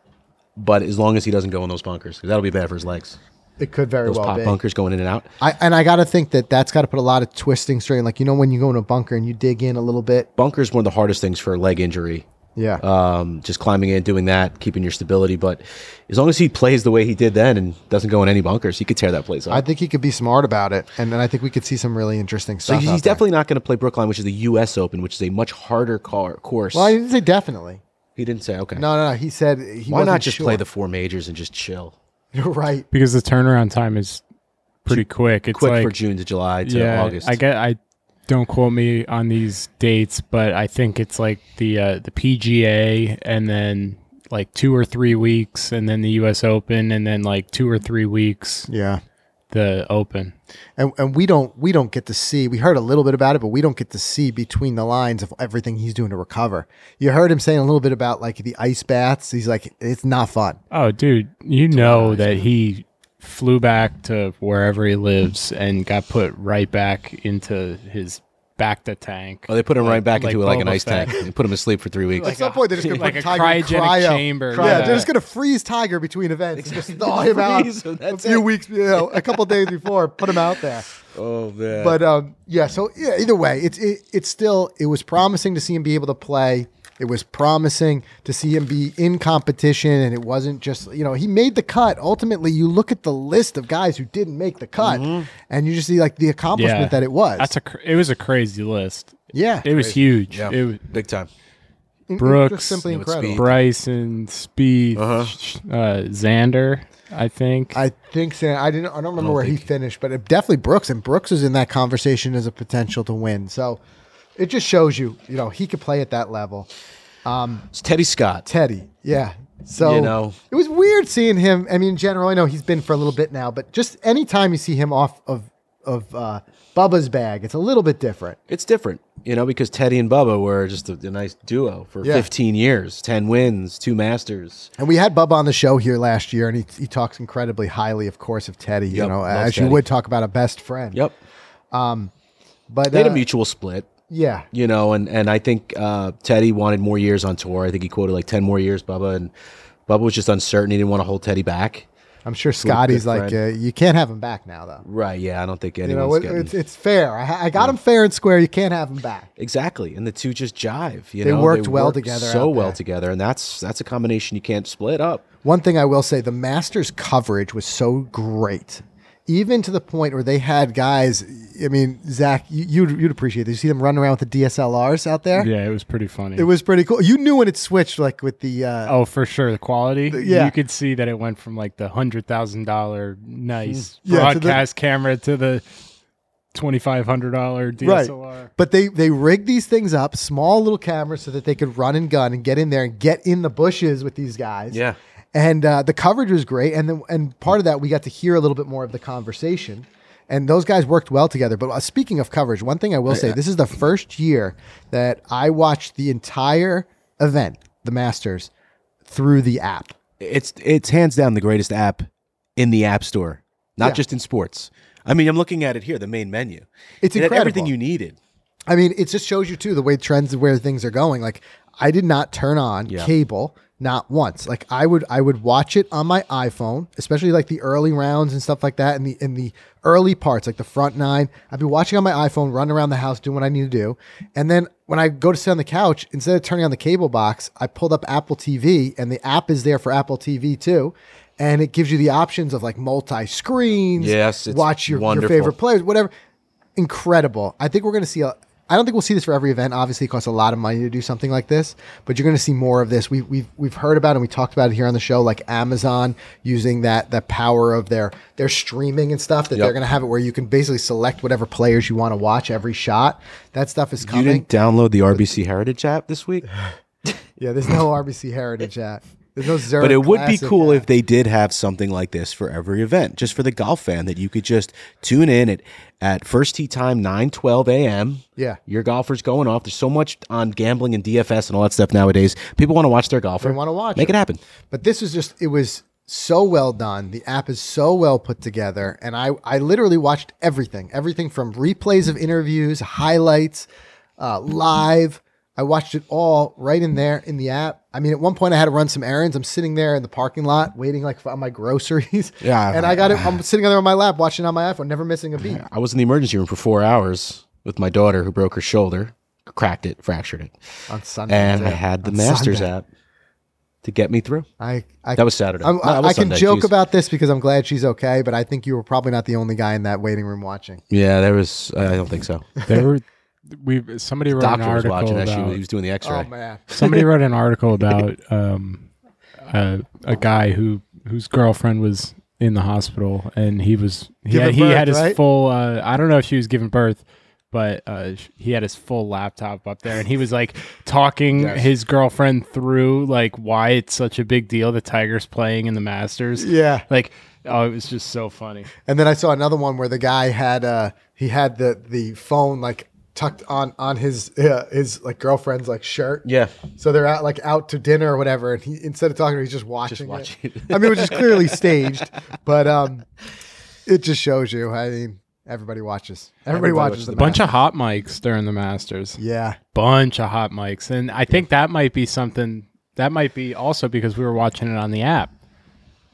Speaker 2: but as long as he doesn't go in those bunkers, 'cause that'll be bad for his legs.
Speaker 1: It could very
Speaker 2: Those
Speaker 1: well
Speaker 2: pop
Speaker 1: be.
Speaker 2: bunkers going in and out.
Speaker 1: I, and I got to think that that's got to put a lot of twisting strain. Like you know when you go in a bunker and you dig in a little bit. Uh,
Speaker 2: Bunkers one of the hardest things for a leg injury.
Speaker 1: Yeah.
Speaker 2: Um, just climbing in, doing that, keeping your stability. But as long as he plays the way he did then and doesn't go in any bunkers, he could tear that place up.
Speaker 1: I think he could be smart about it, and then I think we could see some really interesting
Speaker 2: so
Speaker 1: stuff.
Speaker 2: he's
Speaker 1: out there.
Speaker 2: definitely not going to play Brookline, which is the U.S. Open, which is a much harder car- course.
Speaker 1: Well, I didn't say definitely.
Speaker 2: he didn't say okay.
Speaker 1: No, no, no. He said he.
Speaker 2: Why not
Speaker 1: wasn't
Speaker 2: just
Speaker 1: sure.
Speaker 2: play the four majors and just chill?
Speaker 1: You're right.
Speaker 3: Because the turnaround time is pretty quick. It's
Speaker 2: Quick
Speaker 3: like
Speaker 2: for June to July to August.
Speaker 3: I get. I don't quote me on these dates, but I think it's like the uh, the PGA, and then like two or three weeks, and then the U.S. Open, and then like two or three weeks
Speaker 1: Yeah.
Speaker 3: the Open.
Speaker 1: And, and we don't we don't get to see we heard a little bit about it but we don't get to see between the lines of everything he's doing to recover you heard him saying a little bit about like the ice baths he's like it's not fun
Speaker 3: Oh, dude, you know that he flew back to wherever he lives and got put right back into his back to tank.
Speaker 2: oh, they put him right back
Speaker 3: like
Speaker 2: into like an
Speaker 3: Boba
Speaker 2: ice
Speaker 3: Fett.
Speaker 2: tank and put him to sleep for three weeks.
Speaker 1: at some point they're just gonna
Speaker 3: like
Speaker 1: put
Speaker 3: a
Speaker 1: Tiger in
Speaker 3: cryogenic
Speaker 1: cryo.
Speaker 3: chamber.
Speaker 1: Yeah,
Speaker 3: Yeah.
Speaker 1: they're just gonna freeze Tiger between events. and Just thaw him out
Speaker 2: Freeze him,
Speaker 1: a
Speaker 2: that's
Speaker 1: few
Speaker 2: it.
Speaker 1: weeks, you know, a couple days before, put him out there.
Speaker 2: Oh man!
Speaker 1: But um, yeah, so yeah, either way, it's it, it's still it was promising to see him be able to play. It was promising to see him be in competition, and it wasn't just you know he made the cut. Ultimately, you look at the list of guys who didn't make the cut, and you just see like the accomplishment that it was.
Speaker 3: Mm-hmm. That's a. cr- It was a crazy list.
Speaker 1: yeah,
Speaker 3: It was huge.
Speaker 2: yeah,
Speaker 3: It was
Speaker 2: big time.
Speaker 1: In- in-
Speaker 3: Brooks,
Speaker 1: just simply
Speaker 2: you know, it's
Speaker 1: incredible.
Speaker 2: speed.
Speaker 3: Bryson, Spieth, uh Xander, I think.
Speaker 1: Uh-huh. I think San. I didn't. I don't remember where he finished, but it, definitely Brooks, and Brooks is in that conversation as a potential to win. So it just shows you, you know, he could play at that level.
Speaker 2: It's Teddy Scott.
Speaker 1: Teddy, yeah. So
Speaker 2: You know.
Speaker 1: it was weird seeing him. I mean, in general, I know he's been for a little bit now, but just anytime you see him off of of uh, Bubba's bag, it's a little bit different.
Speaker 2: it's different, you know, because Teddy and Bubba were just a, a nice duo for
Speaker 1: Yeah.
Speaker 2: 15 years, 10 wins, two masters.
Speaker 1: And we had Bubba on the show here last year, and he he talks incredibly highly, of course, of Teddy. you
Speaker 2: Yep,
Speaker 1: know,
Speaker 2: loves
Speaker 1: as you
Speaker 2: Teddy.
Speaker 1: would talk about a best friend.
Speaker 2: Yep.
Speaker 1: But
Speaker 2: They had
Speaker 1: uh,
Speaker 2: a mutual split,
Speaker 1: yeah,
Speaker 2: you know, and, and I think uh, Teddy wanted more years on tour. I think he quoted like 10 more years, Bubba, and Bubba was just uncertain. He didn't want to hold Teddy back.
Speaker 1: I'm sure Scotty's
Speaker 2: good
Speaker 1: like, uh, you can't have him back now, though.
Speaker 2: Right. Yeah. I don't think
Speaker 1: You
Speaker 2: anyone's
Speaker 1: know, it,
Speaker 2: getting
Speaker 1: it's, it's fair. I, ha- I got him fair and square. You can't have him back.
Speaker 2: exactly. And the two just jive. You
Speaker 1: They
Speaker 2: know,
Speaker 1: worked well together
Speaker 2: So
Speaker 1: out
Speaker 2: well
Speaker 1: there.
Speaker 2: together, and that's that's a combination you can't split up.
Speaker 1: One thing I will say, the Masters coverage was so great, even to the point where they had guys. I mean, Zach, you, you'd, you'd appreciate this. You see them running around with the DSLRs out there.
Speaker 3: Yeah, it was pretty funny.
Speaker 1: It was pretty cool. You knew when it switched, like with the. Uh,
Speaker 3: Oh, for sure. The quality.
Speaker 1: yeah.
Speaker 3: You could see that it went from like the hundred thousand dollar nice
Speaker 1: Hmm. Yeah, to the-
Speaker 3: broadcast camera to the twenty five hundred dollar
Speaker 1: Right,
Speaker 3: DSLR.
Speaker 1: but they they rigged these things up, small little cameras, so that they could run and gun and get in there and get in the bushes with these guys.
Speaker 2: Yeah.
Speaker 1: and uh, the coverage was great, and then and part of that we got to hear a little bit more of the conversation, and those guys worked well together. But uh, speaking of coverage, one thing I will say, this is the first year that I watched the entire event, the Masters, through the app.
Speaker 2: It's it's hands down the greatest app in the App Store, not
Speaker 1: Yeah.
Speaker 2: just in sports. I mean, I'm looking at it here, the main menu.
Speaker 1: It's
Speaker 2: It had everything
Speaker 1: incredible.
Speaker 2: you needed.
Speaker 1: I mean, it just shows you too the way trends and where things are going. Like I did not turn on
Speaker 2: Yeah.
Speaker 1: cable not once. Like I would I would watch it on my iPhone, especially like the early rounds and stuff like that and the in the early parts, like the front nine. I'd be watching on my iPhone, running around the house doing what I need to do. And then when I go to sit on the couch, instead of turning on the cable box, I pulled up Apple TV and the app is there for Apple TV too. And it gives you the options of like multi screens.
Speaker 2: Yes, it's
Speaker 1: watch your, your
Speaker 2: wonderful.
Speaker 1: favorite players, whatever incredible. I think we're going to see a. I don't think we'll see this for every event. Obviously, it costs a lot of money to do something like this, but you're going to see more of this. We've we've we've heard about it and we talked about it here on the show, like Amazon using that that power of their their streaming and stuff that
Speaker 2: Yep.
Speaker 1: they're going to have it where you can basically select whatever players you want to watch every shot. That stuff is
Speaker 2: You
Speaker 1: coming.
Speaker 2: didn't download the RBC Heritage app this week,
Speaker 1: yeah, there's no RBC Heritage app. There's no Zurich.
Speaker 2: but it would be
Speaker 1: Classic
Speaker 2: cool
Speaker 1: app.
Speaker 2: if they did have something like this for every event, just for the golf fan that you could just tune in at at first tee time nine twelve a.m.
Speaker 1: Yeah.
Speaker 2: your golfer's going off. There's so much on gambling and DFS and all that stuff nowadays. People want to watch their golfer.
Speaker 1: They wanna watch
Speaker 2: Make
Speaker 1: it.
Speaker 2: it happen.
Speaker 1: But this is just it was so well done. The app is so well put together, and I I literally watched everything, everything from replays of interviews, highlights, uh, live. I watched it all right in there in the app. I mean, at one point I had to run some errands. I'm sitting there in the parking lot waiting like for my groceries.
Speaker 2: Yeah.
Speaker 1: and I got it. I'm sitting there on my lap watching it on my iPhone, never missing a beat.
Speaker 2: I was in the emergency room for four hours with my daughter who broke her shoulder, cracked it, fractured it,
Speaker 1: On Sunday,
Speaker 2: and
Speaker 1: too.
Speaker 2: I had the
Speaker 1: On
Speaker 2: Masters
Speaker 1: Sunday.
Speaker 2: app to get me through.
Speaker 1: I, I
Speaker 2: That was Saturday.
Speaker 1: I'm-
Speaker 2: No,
Speaker 1: I,
Speaker 2: that was
Speaker 1: I can
Speaker 2: Sunday,
Speaker 1: joke
Speaker 2: geez.
Speaker 1: about this because I'm glad she's okay, but I think you were probably not the only guy in that waiting room watching.
Speaker 2: Yeah, there was. I don't think so.
Speaker 3: There were we somebody wrote an
Speaker 2: Doctor was
Speaker 3: article
Speaker 2: watching that. She
Speaker 3: about
Speaker 2: was, he was doing the X-ray.
Speaker 1: Oh man.
Speaker 3: somebody wrote an article about um, uh, a guy who whose girlfriend was in the hospital and he was he
Speaker 1: Giving
Speaker 3: had, he
Speaker 1: birth,
Speaker 3: had his
Speaker 1: right?
Speaker 3: full uh, I don't know if she was giving birth but uh, sh- he had his full laptop up there and he was like talking his girlfriend through like why it's such a big deal the Tigers playing in the Masters
Speaker 1: Yeah.
Speaker 3: like oh it was just so funny
Speaker 1: And then I saw another one where the guy had uh he had the the phone like tucked on on his uh, his like girlfriend's like shirt.
Speaker 2: Yeah.
Speaker 1: So they're out like out to dinner or whatever, and he instead of talking, to her, he's just watching. it.
Speaker 2: watching it.
Speaker 1: I mean, which is clearly staged, but um, it just shows you. I mean, everybody watches. Everybody,
Speaker 2: Everybody
Speaker 1: watches
Speaker 2: watches
Speaker 1: the
Speaker 2: the
Speaker 3: bunch of hot mics during the Masters
Speaker 1: Yeah.
Speaker 3: bunch of hot mics and i think that might be something that might be also because we were watching it on the app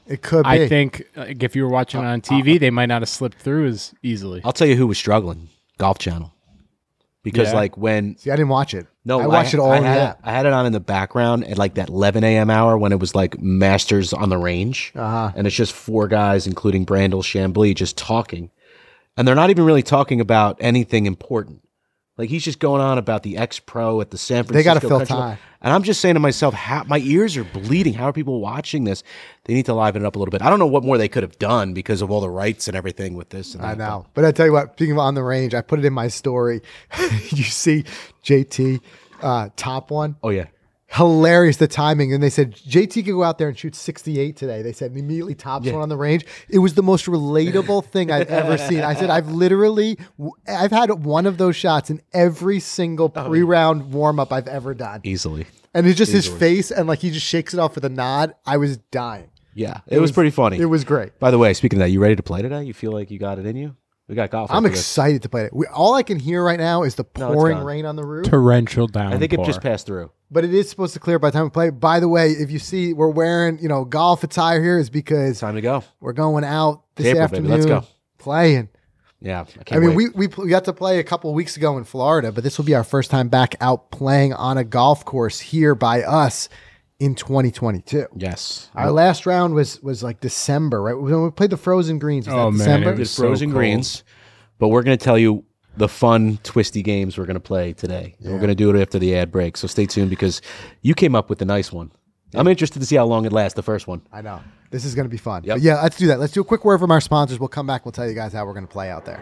Speaker 1: It could be.
Speaker 3: i think like, if you were watching it on tv they might not have slipped through as easily
Speaker 2: I'll tell you who was struggling. Golf Channel, because
Speaker 3: Yeah.
Speaker 2: like when
Speaker 1: See, I didn't watch it.
Speaker 2: no,
Speaker 1: I watched it all
Speaker 2: I
Speaker 1: in the
Speaker 2: had,
Speaker 1: app.
Speaker 2: I had it on in the background at like that 11 a.m. hour when it was like Masters on the range,
Speaker 1: Uh-huh.
Speaker 2: and it's just four guys, including Brandel Chambly, just talking, and they're not even really talking about anything important. Like he's just going on about the ex pro at the San Francisco.
Speaker 1: They gotta fill
Speaker 2: Country Club.
Speaker 1: time.
Speaker 2: And I'm just saying to myself, how, my ears are bleeding. How are people watching this? They need to liven it up a little bit. I don't know what more they could have done because of all the rights and everything with this. And
Speaker 1: I
Speaker 2: that, but-
Speaker 1: know. But I tell you what, speaking of on the range, I put it in my story. you see JT uh, top one.
Speaker 2: Oh yeah.
Speaker 1: Hilarious the timing. And they said JT could go out there and shoot 68 today. They said and immediately tops one on the range. It was the most relatable thing I've ever seen. I said, I've literally I've had one of those shots in every single
Speaker 2: Oh,
Speaker 1: pre-round warm-up I've ever done.
Speaker 2: Easily.
Speaker 1: And it's just his face and like he just shakes it off with a nod. I was dying.
Speaker 2: Yeah, it, was, pretty funny.
Speaker 1: It was great.
Speaker 2: By the way, speaking of that, you ready to play today? You feel like you got it in you? We got golf.
Speaker 1: I'm
Speaker 2: after this.
Speaker 1: excited to play it. We, all I can hear right now is the
Speaker 2: it's
Speaker 1: pouring
Speaker 2: gone.
Speaker 1: rain on the roof.
Speaker 3: torrential down.
Speaker 2: I think it just passed through.
Speaker 1: But it is supposed to clear by the time we play. By the way, if you see we're wearing, you know, golf attire here is because
Speaker 2: Time to go.
Speaker 1: we're going out this
Speaker 2: April, baby.
Speaker 1: afternoon
Speaker 2: Let's go.
Speaker 1: playing.
Speaker 2: Yeah, I can't
Speaker 1: I mean,
Speaker 2: wait.
Speaker 1: we, we pl- we got to play a couple of weeks ago in Florida, but this will be our first time back out playing on a golf course here by us in 2022.
Speaker 2: yes.
Speaker 1: Our last round was was like December, right? When we played the frozen greens, was
Speaker 3: Oh,
Speaker 1: that
Speaker 3: man,
Speaker 1: December?
Speaker 3: it
Speaker 2: did
Speaker 3: was so
Speaker 2: frozen
Speaker 3: cold.
Speaker 2: greens, but we're going to tell you the fun twisty games we're going to play today. And We're going to do it after the ad break, so stay tuned because you came up with a nice one. I'm interested to see how long it lasts. The first one.
Speaker 1: I know. This is going to be fun.
Speaker 2: Yep.
Speaker 1: But yeah, let's do that. Let's do a quick word from our sponsors. We'll come back. We'll tell you guys how we're going to play out there.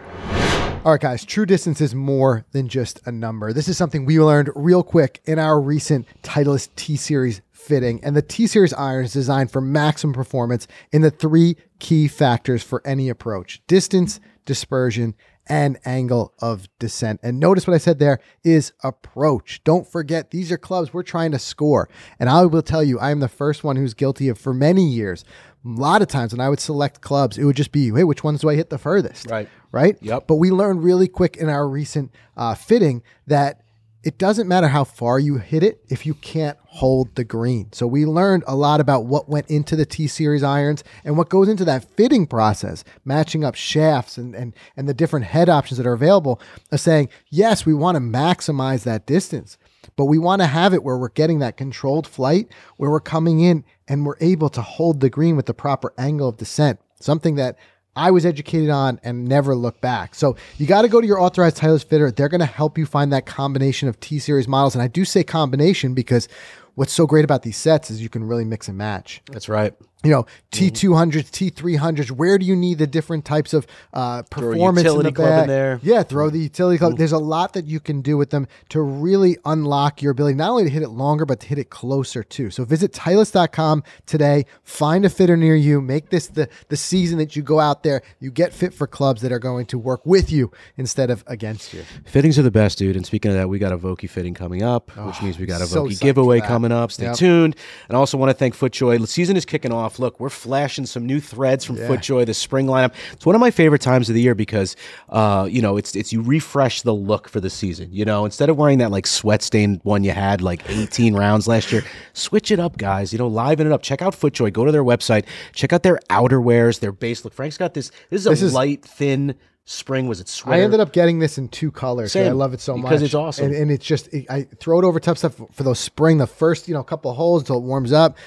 Speaker 1: All right, guys, true distance is more than just a number. This is something we learned real quick in our recent Titleist T Series fitting. And the T Series iron is designed for maximum performance in the three key factors for any approach distance, dispersion, and angle of descent. And notice what I said there is approach. Don't forget, these are clubs we're trying to score. And I will tell you, I am the first one who's guilty of for many years. A lot of times when I would select clubs, it would just be, hey, which ones do I hit the furthest?
Speaker 2: Right.
Speaker 1: Right?
Speaker 2: Yep.
Speaker 1: But we learned really quick in our recent uh, fitting that it doesn't matter how far you hit it if you can't hold the green. So we learned a lot about what went into the T series irons and what goes into that fitting process, matching up shafts and and and the different head options that are available. Of saying yes, we want to maximize that distance, but we want to have it where we're getting that controlled flight, where we're coming in and we're able to hold the green with the proper angle of descent. Something that I was educated on and never look back. So you got to go to your authorized Titleist fitter. They're going to help you find that combination of T series models. And I do say combination because what's so great about these sets is you can really mix and match
Speaker 2: That's right.
Speaker 1: you know
Speaker 2: Mm-hmm.
Speaker 1: T200s, T300s. Where do you need the different types of uh, performance in
Speaker 2: utility
Speaker 1: the
Speaker 2: club in
Speaker 1: bag?
Speaker 2: there. Mm-hmm.
Speaker 1: Yeah, throw the utility club. There's a lot that you can do with them to really unlock your ability not only to hit it longer but to hit it closer too. So visit Titleist.com today. Find a fitter near you. Make this the the season that you go out there. You get fit for clubs that are going to work with you instead of against you.
Speaker 2: Fittings are the best, dude. And speaking of that, we got a Voki fitting coming up, which means we got a
Speaker 1: Ah, so
Speaker 2: Voki
Speaker 1: psyched for
Speaker 2: giveaway
Speaker 1: that.
Speaker 2: coming up. Stay
Speaker 1: Yep.
Speaker 2: tuned. And I also want to thank FootJoy. The season is kicking off. Look, we're flashing some new threads from FootJoy, the spring lineup. It's one of my favorite times of the year because, uh, you know, it's it's you refresh the look for the season. You know, instead of wearing that like sweat stained one you had like 18 rounds last year, switch it up, guys. You know, liven it up. Check out FootJoy. Go to their website. Check out their outerwears, their base look. Frank's got this. This is a
Speaker 1: is-
Speaker 2: light, thin spring. Was it sweater?
Speaker 1: I ended up getting this in two colors. and I
Speaker 2: Same,
Speaker 1: love it so much
Speaker 2: because it's awesome.
Speaker 1: and, and it's just it, I throw it over top stuff for those spring, the first you know couple holes until it warms up.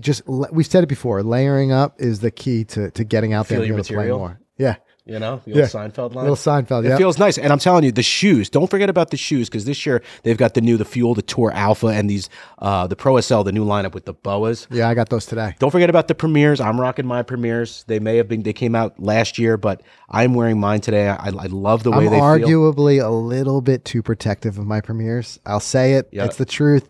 Speaker 1: Just l- we've said it before, layering up is the key to to getting out there
Speaker 2: Feel
Speaker 1: and
Speaker 2: your
Speaker 1: being able to play
Speaker 2: material.
Speaker 1: more. Yeah,
Speaker 2: You know, the
Speaker 1: Yeah.
Speaker 2: old Seinfeld line.
Speaker 1: little Seinfeld.
Speaker 2: It
Speaker 1: Yeah,
Speaker 2: feels nice. And I'm telling you, the shoes, don't forget about the shoes because this year they've got the new, the Fuel, the Tour Alpha, and these, uh, the Pro SL, the new lineup with the boas.
Speaker 1: yeah, I got those today.
Speaker 2: Don't forget about the premieres. I'm rocking my premieres. They may have been, they came out last year, but I'm wearing mine today. I, I love the
Speaker 1: I'm
Speaker 2: way they feel.
Speaker 1: arguably a little bit too protective of my premieres. I'll say it.
Speaker 2: Yeah.
Speaker 1: It's the truth.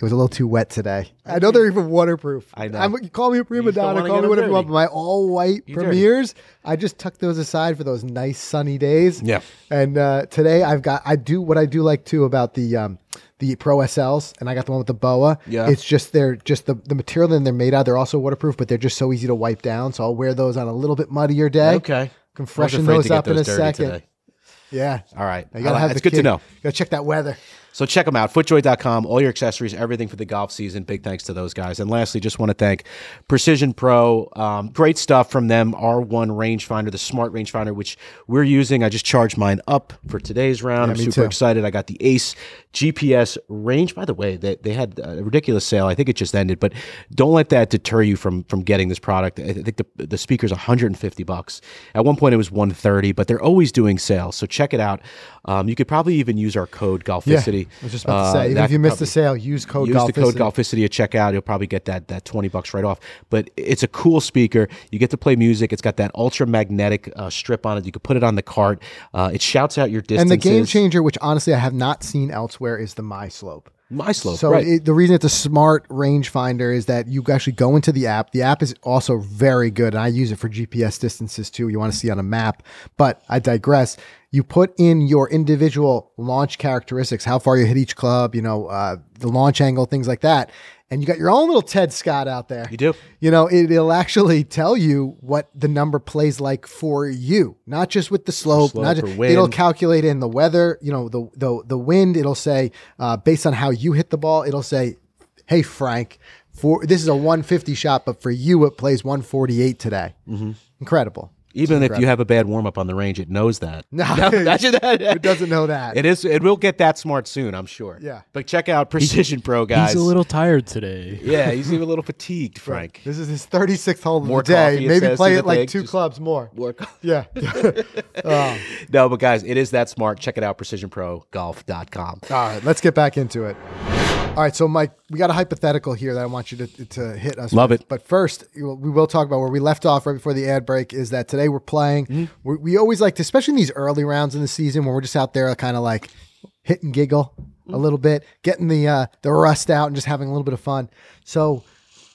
Speaker 1: It was a little too wet today. I know they're even waterproof.
Speaker 2: I know.
Speaker 1: I'm, call me a prima
Speaker 2: just don't
Speaker 1: donna,
Speaker 2: wanna
Speaker 1: call
Speaker 2: get
Speaker 1: me
Speaker 2: 'em
Speaker 1: whatever you want,
Speaker 2: dirty.
Speaker 1: but my all white
Speaker 2: dirty.
Speaker 1: premieres, I just tuck those aside for those nice sunny days.
Speaker 2: Yeah.
Speaker 1: And uh, today I've got, I do what I do like too about the, um, the Pro SLs, and I got the one with the boa.
Speaker 2: Yeah.
Speaker 1: It's just they're just the, the material that they're made out. of, They're also waterproof, but they're just so easy to wipe down. So I'll wear those on a little bit muddier day.
Speaker 2: Okay.
Speaker 1: Can
Speaker 2: I was
Speaker 1: freshen
Speaker 2: afraid
Speaker 1: those
Speaker 2: to get
Speaker 1: up in a
Speaker 2: dirty
Speaker 1: second.
Speaker 2: today.
Speaker 1: Yeah.
Speaker 2: All right.
Speaker 1: You gotta
Speaker 2: I-
Speaker 1: have
Speaker 2: That's
Speaker 1: the
Speaker 2: good
Speaker 1: kid.
Speaker 2: to know.
Speaker 1: Gotta check that weather.
Speaker 2: So check them out, footjoy.com, all your accessories, everything for the golf season. Big thanks to those guys. And lastly, just want to thank Precision Pro. Um, great stuff from them. R1 rangefinder, the smart rangefinder, which we're using. I just charged mine up for today's round. I'm
Speaker 1: me
Speaker 2: super
Speaker 1: too.
Speaker 2: excited. I got the Ace GPS range. By the way, they, they had a ridiculous sale. I think it just ended, but don't let that deter you from from getting this product. I think the, the speaker's 150 bucks. At one point, it was 130, but they're always doing sales. So check it out. Um, you could probably even use our code Golficity.
Speaker 1: I was just about to
Speaker 2: Uh,
Speaker 1: say, even
Speaker 2: that
Speaker 1: if you
Speaker 2: could
Speaker 1: missed the
Speaker 2: probably-
Speaker 1: sale, use code
Speaker 2: Use the code
Speaker 1: Golficity.
Speaker 2: Golficity at checkout. You'll probably get that that twenty bucks right off. But it's a cool speaker. You get to play music. It's got that ultra magnetic uh, strip on it. You can put it on the cart. Uh, it shouts out your
Speaker 1: And
Speaker 2: distances.
Speaker 1: the game changer, which honestly I have not seen elsewhere, is the My Slope.
Speaker 2: My slope.
Speaker 1: So
Speaker 2: right.
Speaker 1: it, the reason it's a smart rangefinder is that you actually go into the app. The app is also very good, and I use it for GPS distances too. You want to see on a map, but I digress. You put in your individual launch characteristics, how far you hit each club, you know, uh, the launch angle, things like that, and you got your own little Ted Scott out there.
Speaker 2: You do.
Speaker 1: You know, it, it'll actually tell you what the number plays like for you, not just with the slope.
Speaker 2: slope
Speaker 1: not
Speaker 2: or
Speaker 1: just,
Speaker 2: wind.
Speaker 1: It'll calculate in the weather. You know, the the the wind. It'll say uh, based on how you hit the ball. It'll say, "Hey Frank, for this is a 150 shot, but for you it plays 148 today." Mm-hmm. Incredible.
Speaker 2: Even if you have a bad warm up on the range, it knows that.
Speaker 1: No,
Speaker 2: That's
Speaker 1: it doesn't know that.
Speaker 2: It is. It will get that smart soon, I'm sure.
Speaker 1: Yeah.
Speaker 2: But check out Precision Pro, guys.
Speaker 3: He's a little tired today.
Speaker 2: Yeah, he's even a little fatigued, Frank.
Speaker 1: This is his 36th hole of
Speaker 2: More
Speaker 1: the day.
Speaker 2: coffee, it
Speaker 1: Maybe
Speaker 2: says,
Speaker 1: play
Speaker 2: to
Speaker 1: it
Speaker 2: the
Speaker 1: like
Speaker 2: thing,
Speaker 1: two
Speaker 2: just-
Speaker 1: clubs more.
Speaker 2: Work.
Speaker 1: Yeah. Um,
Speaker 2: No, but guys, it is that smart. Check it out, precisionprogolf.com.
Speaker 1: All right, let's get back into it. All right, so Mike, we got a hypothetical here that I want you to, to hit us.
Speaker 2: Love
Speaker 1: with.
Speaker 2: it.
Speaker 1: But first, you will- we will talk about where we left off right before the ad break. Is that today we're playing?
Speaker 2: Mm-hmm.
Speaker 1: We, we always like, to, especially in these early rounds in the season, when we're just out there, kind of like hit and giggle a
Speaker 2: Mm-hmm.
Speaker 1: little bit, getting the uh, the rust out, and just having a little bit of fun. So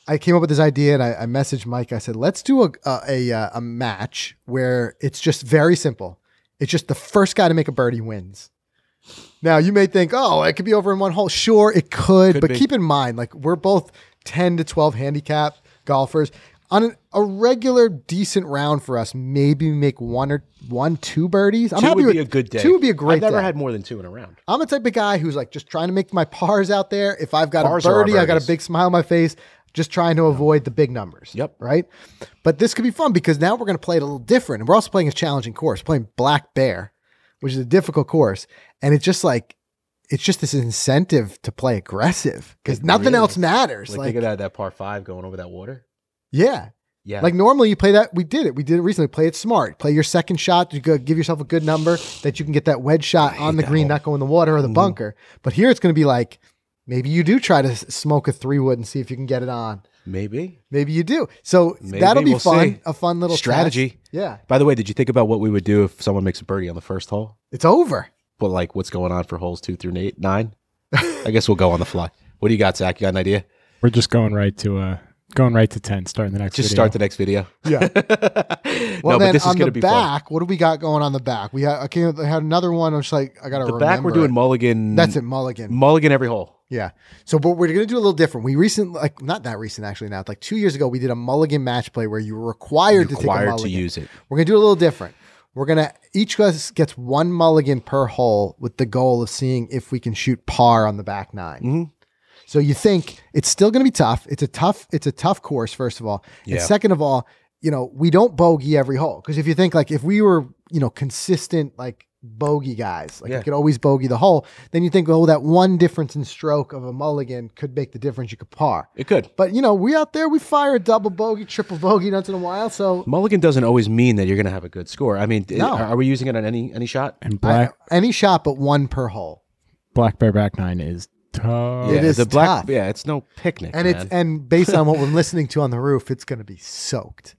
Speaker 1: I came up with this idea and I, I messaged Mike. I said, let's do a, a, a, uh, a match where it's just very simple. It's just the first guy to make a birdie wins. Now you may think, oh, it could be over in one hole. Sure, it could, but
Speaker 2: be.
Speaker 1: keep in mind, like we're both 10 to 12 handicap golfers. On an, a regular decent round for us, maybe make one or one, two birdies. I'm
Speaker 2: Two
Speaker 1: happy
Speaker 2: would
Speaker 1: with
Speaker 2: be a good day.
Speaker 1: Two would be a great
Speaker 2: I've never
Speaker 1: day.
Speaker 2: had more than two in a round.
Speaker 1: I'm the type of guy who's like just trying to make my pars out there. If I've got
Speaker 2: Pars
Speaker 1: a
Speaker 2: are our
Speaker 1: birdie, I got a
Speaker 2: birdies.
Speaker 1: big smile on my face, just trying to avoid the big numbers.
Speaker 2: Yep.
Speaker 1: Right. But this could be fun because now we're going to play it a little different. And we're also playing a challenging course, playing Black Bear, which is a difficult course. And it's just like, it's just this incentive to play aggressive because
Speaker 2: It
Speaker 1: nothing
Speaker 2: really
Speaker 1: else
Speaker 2: is.
Speaker 1: matters.
Speaker 2: Like,
Speaker 1: Like,
Speaker 2: think of that, that par five going over that water.
Speaker 1: yeah.
Speaker 2: Yeah.
Speaker 1: Like normally you play that. We did it. We did it recently. Play it smart. Play your second shot. You go, give yourself a good number that you can get that wedge shot on the
Speaker 2: that
Speaker 1: green,
Speaker 2: hole. Mm.
Speaker 1: not go in the water or the bunker. But here it's going to be like maybe you do try to s- smoke a three wood and see if you can get it on.
Speaker 2: maybe.
Speaker 1: Maybe you do. So
Speaker 2: Maybe
Speaker 1: that'll be
Speaker 2: we'll
Speaker 1: fun.
Speaker 2: see.
Speaker 1: A fun little test.
Speaker 2: Strategy.
Speaker 1: Yeah,
Speaker 2: By the way, did you think about what we would do if someone makes a birdie on the first hole?
Speaker 1: it's over.
Speaker 2: But like, what's going on for holes two through eight, nine? I guess we'll go on the fly. What do you got, Zach? You got an idea?
Speaker 3: We're just going right to uh going right to ten, starting the next
Speaker 2: Just
Speaker 3: video.
Speaker 2: start the next video.
Speaker 1: Yeah.
Speaker 2: no,
Speaker 1: Well,
Speaker 2: but
Speaker 1: then
Speaker 2: this is
Speaker 1: on the
Speaker 2: going to be fun.
Speaker 1: back, what do we got going on the back? We had, I came, I had another one. I was like, I got to
Speaker 2: The
Speaker 1: remember.
Speaker 2: back, we're doing
Speaker 1: it.
Speaker 2: mulligan.
Speaker 1: That's it, Mulligan.
Speaker 2: Mulligan every hole.
Speaker 1: Yeah. So, but we're going to do a little different. We recently, like, not that recent actually. Now, like two years ago, we did a mulligan match play where you were required to take a
Speaker 2: Required
Speaker 1: mulligan.
Speaker 2: to use it.
Speaker 1: We're going to do a little different. We're going to each of us gets one mulligan per hole with the goal of seeing if we can shoot par on the back 9
Speaker 2: Mhm.
Speaker 1: So you think it's still going to be tough. It's a tough. It's a tough course. First of all,
Speaker 2: Yeah.
Speaker 1: and second of all, you know we don't bogey every hole because if you think like if we were you know consistent like bogey guys like
Speaker 2: Yeah.
Speaker 1: we could always bogey the hole then you think oh that one difference in stroke of a mulligan could make the difference you could par
Speaker 2: It could.
Speaker 1: but you know we out there we fire a double bogey triple bogey once in a while so
Speaker 2: Mulligan doesn't always mean that you're going to have a good score. I mean, it-
Speaker 1: No.
Speaker 2: are we using it on any any shot?
Speaker 3: and
Speaker 1: I-
Speaker 3: black
Speaker 1: any shot but one per hole
Speaker 3: black bear back nine is tough.
Speaker 1: It is
Speaker 2: the black.
Speaker 1: tough.
Speaker 2: Oh, Yeah, it's no picnic,
Speaker 1: and it's and based on what we're listening to on the roof it's going to be soaked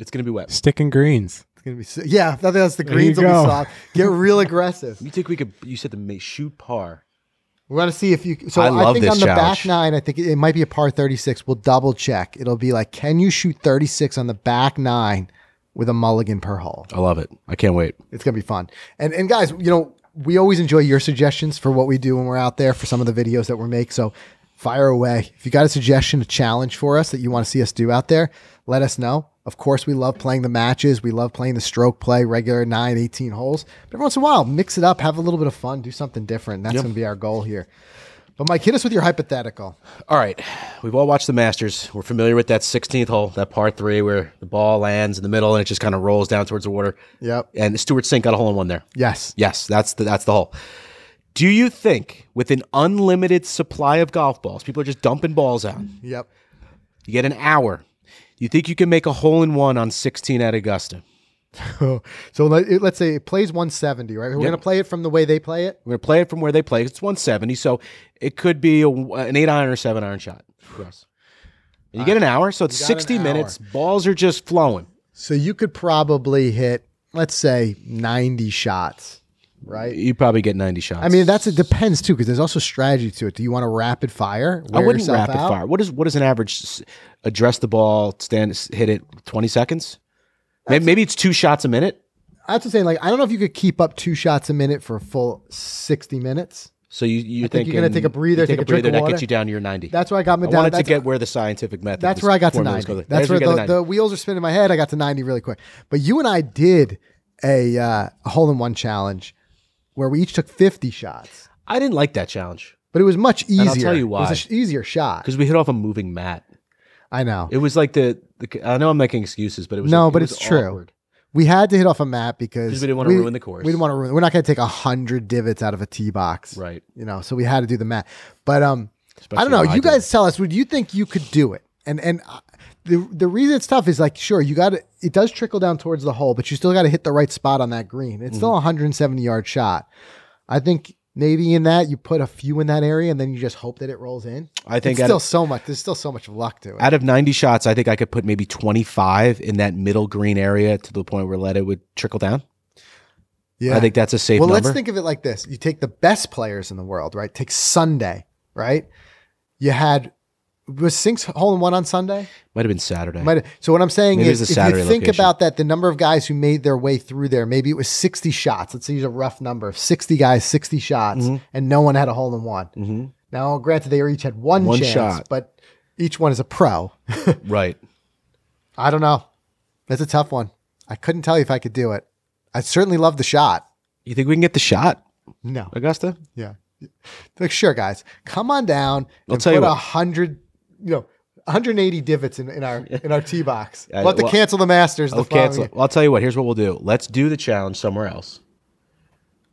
Speaker 2: it's going to be wet.
Speaker 3: Sticking greens.
Speaker 1: it's going to be so- yeah I think that's the
Speaker 3: you
Speaker 1: greens will be
Speaker 3: go.
Speaker 1: soft get real aggressive
Speaker 2: You think we could? You said the ma- shoot par.
Speaker 1: We're gonna see if you. So
Speaker 2: I
Speaker 1: I,
Speaker 2: love
Speaker 1: think
Speaker 2: this
Speaker 1: on the
Speaker 2: challenge.
Speaker 1: back nine, I think it, it might be a par thirty six. We'll double check. It'll be like, can you shoot thirty six on the back nine with a mulligan per hole?
Speaker 2: I love it. I can't wait.
Speaker 1: It's gonna be fun. And and guys, you know, we always enjoy your suggestions for what we do when we're out there for some of the videos that we make. So fire away. If you got a suggestion, a challenge for us that you want to see us do out there, let us know. Of course, we love playing the matches. We love playing the stroke play, regular 9, 18 holes. But every once in a while, mix it up, have a little bit of fun, do something different. That's going to be our goal here. But Mike, hit us with your hypothetical.
Speaker 2: All right, we've all watched the Masters. We're familiar with that 16th hole, that par three where the ball lands in the middle and it just kind of rolls down towards the water.
Speaker 1: Yep.
Speaker 2: And Stuart Sink got a hole in one there.
Speaker 1: Yes.
Speaker 2: Yes, that's the that's the hole. Do you think with an unlimited supply of golf balls, people are just dumping balls out?
Speaker 1: Yep.
Speaker 2: You get an hour. You think you can make a hole in one on 16 at Augusta?
Speaker 1: so let, it- let's say it plays 170, right? We're going to play it from the way they play it.
Speaker 2: We're gonna play it from where they play. It's 170, so it could be a, an eight iron or seven iron shot. Gross. And you get an hour, so it's
Speaker 1: got an
Speaker 2: 60
Speaker 1: hour.
Speaker 2: minutes. Balls are just flowing.
Speaker 1: So you could probably hit, let's say, 90 shots, right?
Speaker 2: You probably get 90 shots.
Speaker 1: I mean, that's it depends too, because there's also strategy to it. Do you want to rapid fire?
Speaker 2: I
Speaker 1: wear
Speaker 2: wouldn't
Speaker 1: yourself
Speaker 2: rapid
Speaker 1: out?
Speaker 2: fire. What is what is an average? s- Address the ball, stand, hit it 20 seconds. May- Maybe it's two shots a minute.
Speaker 1: That's what I'm saying. Like, I don't know if you could keep up two shots a minute for a full 60 minutes.
Speaker 2: So you you're
Speaker 1: I think you're gonna
Speaker 2: thinking-
Speaker 1: take a breather,
Speaker 2: you
Speaker 1: take a drink of
Speaker 2: that
Speaker 1: water.
Speaker 2: gets you down to your ninety.
Speaker 1: That's where I got me
Speaker 2: I
Speaker 1: down.
Speaker 2: wanted to
Speaker 1: That's-
Speaker 2: get where the scientific method.
Speaker 1: That's
Speaker 2: this
Speaker 1: where I got to 90.
Speaker 2: formulas go.
Speaker 1: That's
Speaker 2: There's
Speaker 1: where
Speaker 2: where you got
Speaker 1: the,
Speaker 2: to
Speaker 1: the wheels are spinning in my head. I got to 90 really quick. But you and I did a uh, a hole in one challenge where we each took 50 shots,
Speaker 2: I didn't like that challenge
Speaker 1: but it was much easier.
Speaker 2: I'll tell you
Speaker 1: It was
Speaker 2: why.
Speaker 1: an sh- easier shot.
Speaker 2: because we hit off a moving mat.
Speaker 1: I know.
Speaker 2: It was like the, the I know I'm making excuses, but it was
Speaker 1: No,
Speaker 2: like- it
Speaker 1: but
Speaker 2: was
Speaker 1: it's true.
Speaker 2: awkward.
Speaker 1: we had to hit off a map because
Speaker 2: 'Cause we didn't wanna ruin the course.
Speaker 1: We didn't want to ruin. We're not going to take 100 divots out of a tee box.
Speaker 2: right?
Speaker 1: You know, so we had to do the map. But um, I
Speaker 2: Especially
Speaker 1: don't know.
Speaker 2: when
Speaker 1: You
Speaker 2: did.
Speaker 1: guys tell us. Would you think you could do it? And and uh, the the reason it's tough is like sure you got to it does trickle down towards the hole, but you still got to hit the right spot on that green. It's
Speaker 2: Mm-hmm.
Speaker 1: still a 170 yard shot. I think maybe in that you put a few in that area, and then you just hope that it rolls in.
Speaker 2: I think
Speaker 1: it's
Speaker 2: out
Speaker 1: still
Speaker 2: of,
Speaker 1: so much. There's still so much luck to it.
Speaker 2: out of ninety shots, I think I could put maybe twenty five in that middle green area to the point where let it would trickle down.
Speaker 1: yeah,
Speaker 2: I think that's a safe
Speaker 1: well,
Speaker 2: number.
Speaker 1: let's think of it like this: you take the best players in the world, right? Take Sunday, right? You had was Sinks hole in one on Sunday.
Speaker 2: Might have been Saturday.
Speaker 1: Might, so what I'm saying
Speaker 2: Maybe
Speaker 1: is,
Speaker 2: it's
Speaker 1: if
Speaker 2: a
Speaker 1: you
Speaker 2: Saturday
Speaker 1: think
Speaker 2: location.
Speaker 1: about that, the number of guys who made their way through there, maybe it was 60 shots. Let's use a rough number: 60 guys, 60 shots,
Speaker 2: Mm-hmm.
Speaker 1: and no one had a hole in one.
Speaker 2: Mhm.
Speaker 1: Now, granted, they each had one,
Speaker 2: One
Speaker 1: chance,
Speaker 2: shot.
Speaker 1: but each one is a pro.
Speaker 2: Right.
Speaker 1: I don't know. That's a tough one. I couldn't tell you if I could do it. I certainly love the shot.
Speaker 2: You think we can get the shot,
Speaker 1: No,
Speaker 2: Augusta?
Speaker 1: yeah, like sure, guys, come on down and
Speaker 2: tell you
Speaker 1: put a
Speaker 2: what.
Speaker 1: hundred, you know. 180 divots in, in our in our tee box.
Speaker 2: I-
Speaker 1: We'll have to
Speaker 2: well,
Speaker 1: cancel the Masters. The
Speaker 2: I'll
Speaker 1: following
Speaker 2: cancel.
Speaker 1: year.
Speaker 2: it. I'll tell you what. Here's what we'll do. Let's do the challenge somewhere else,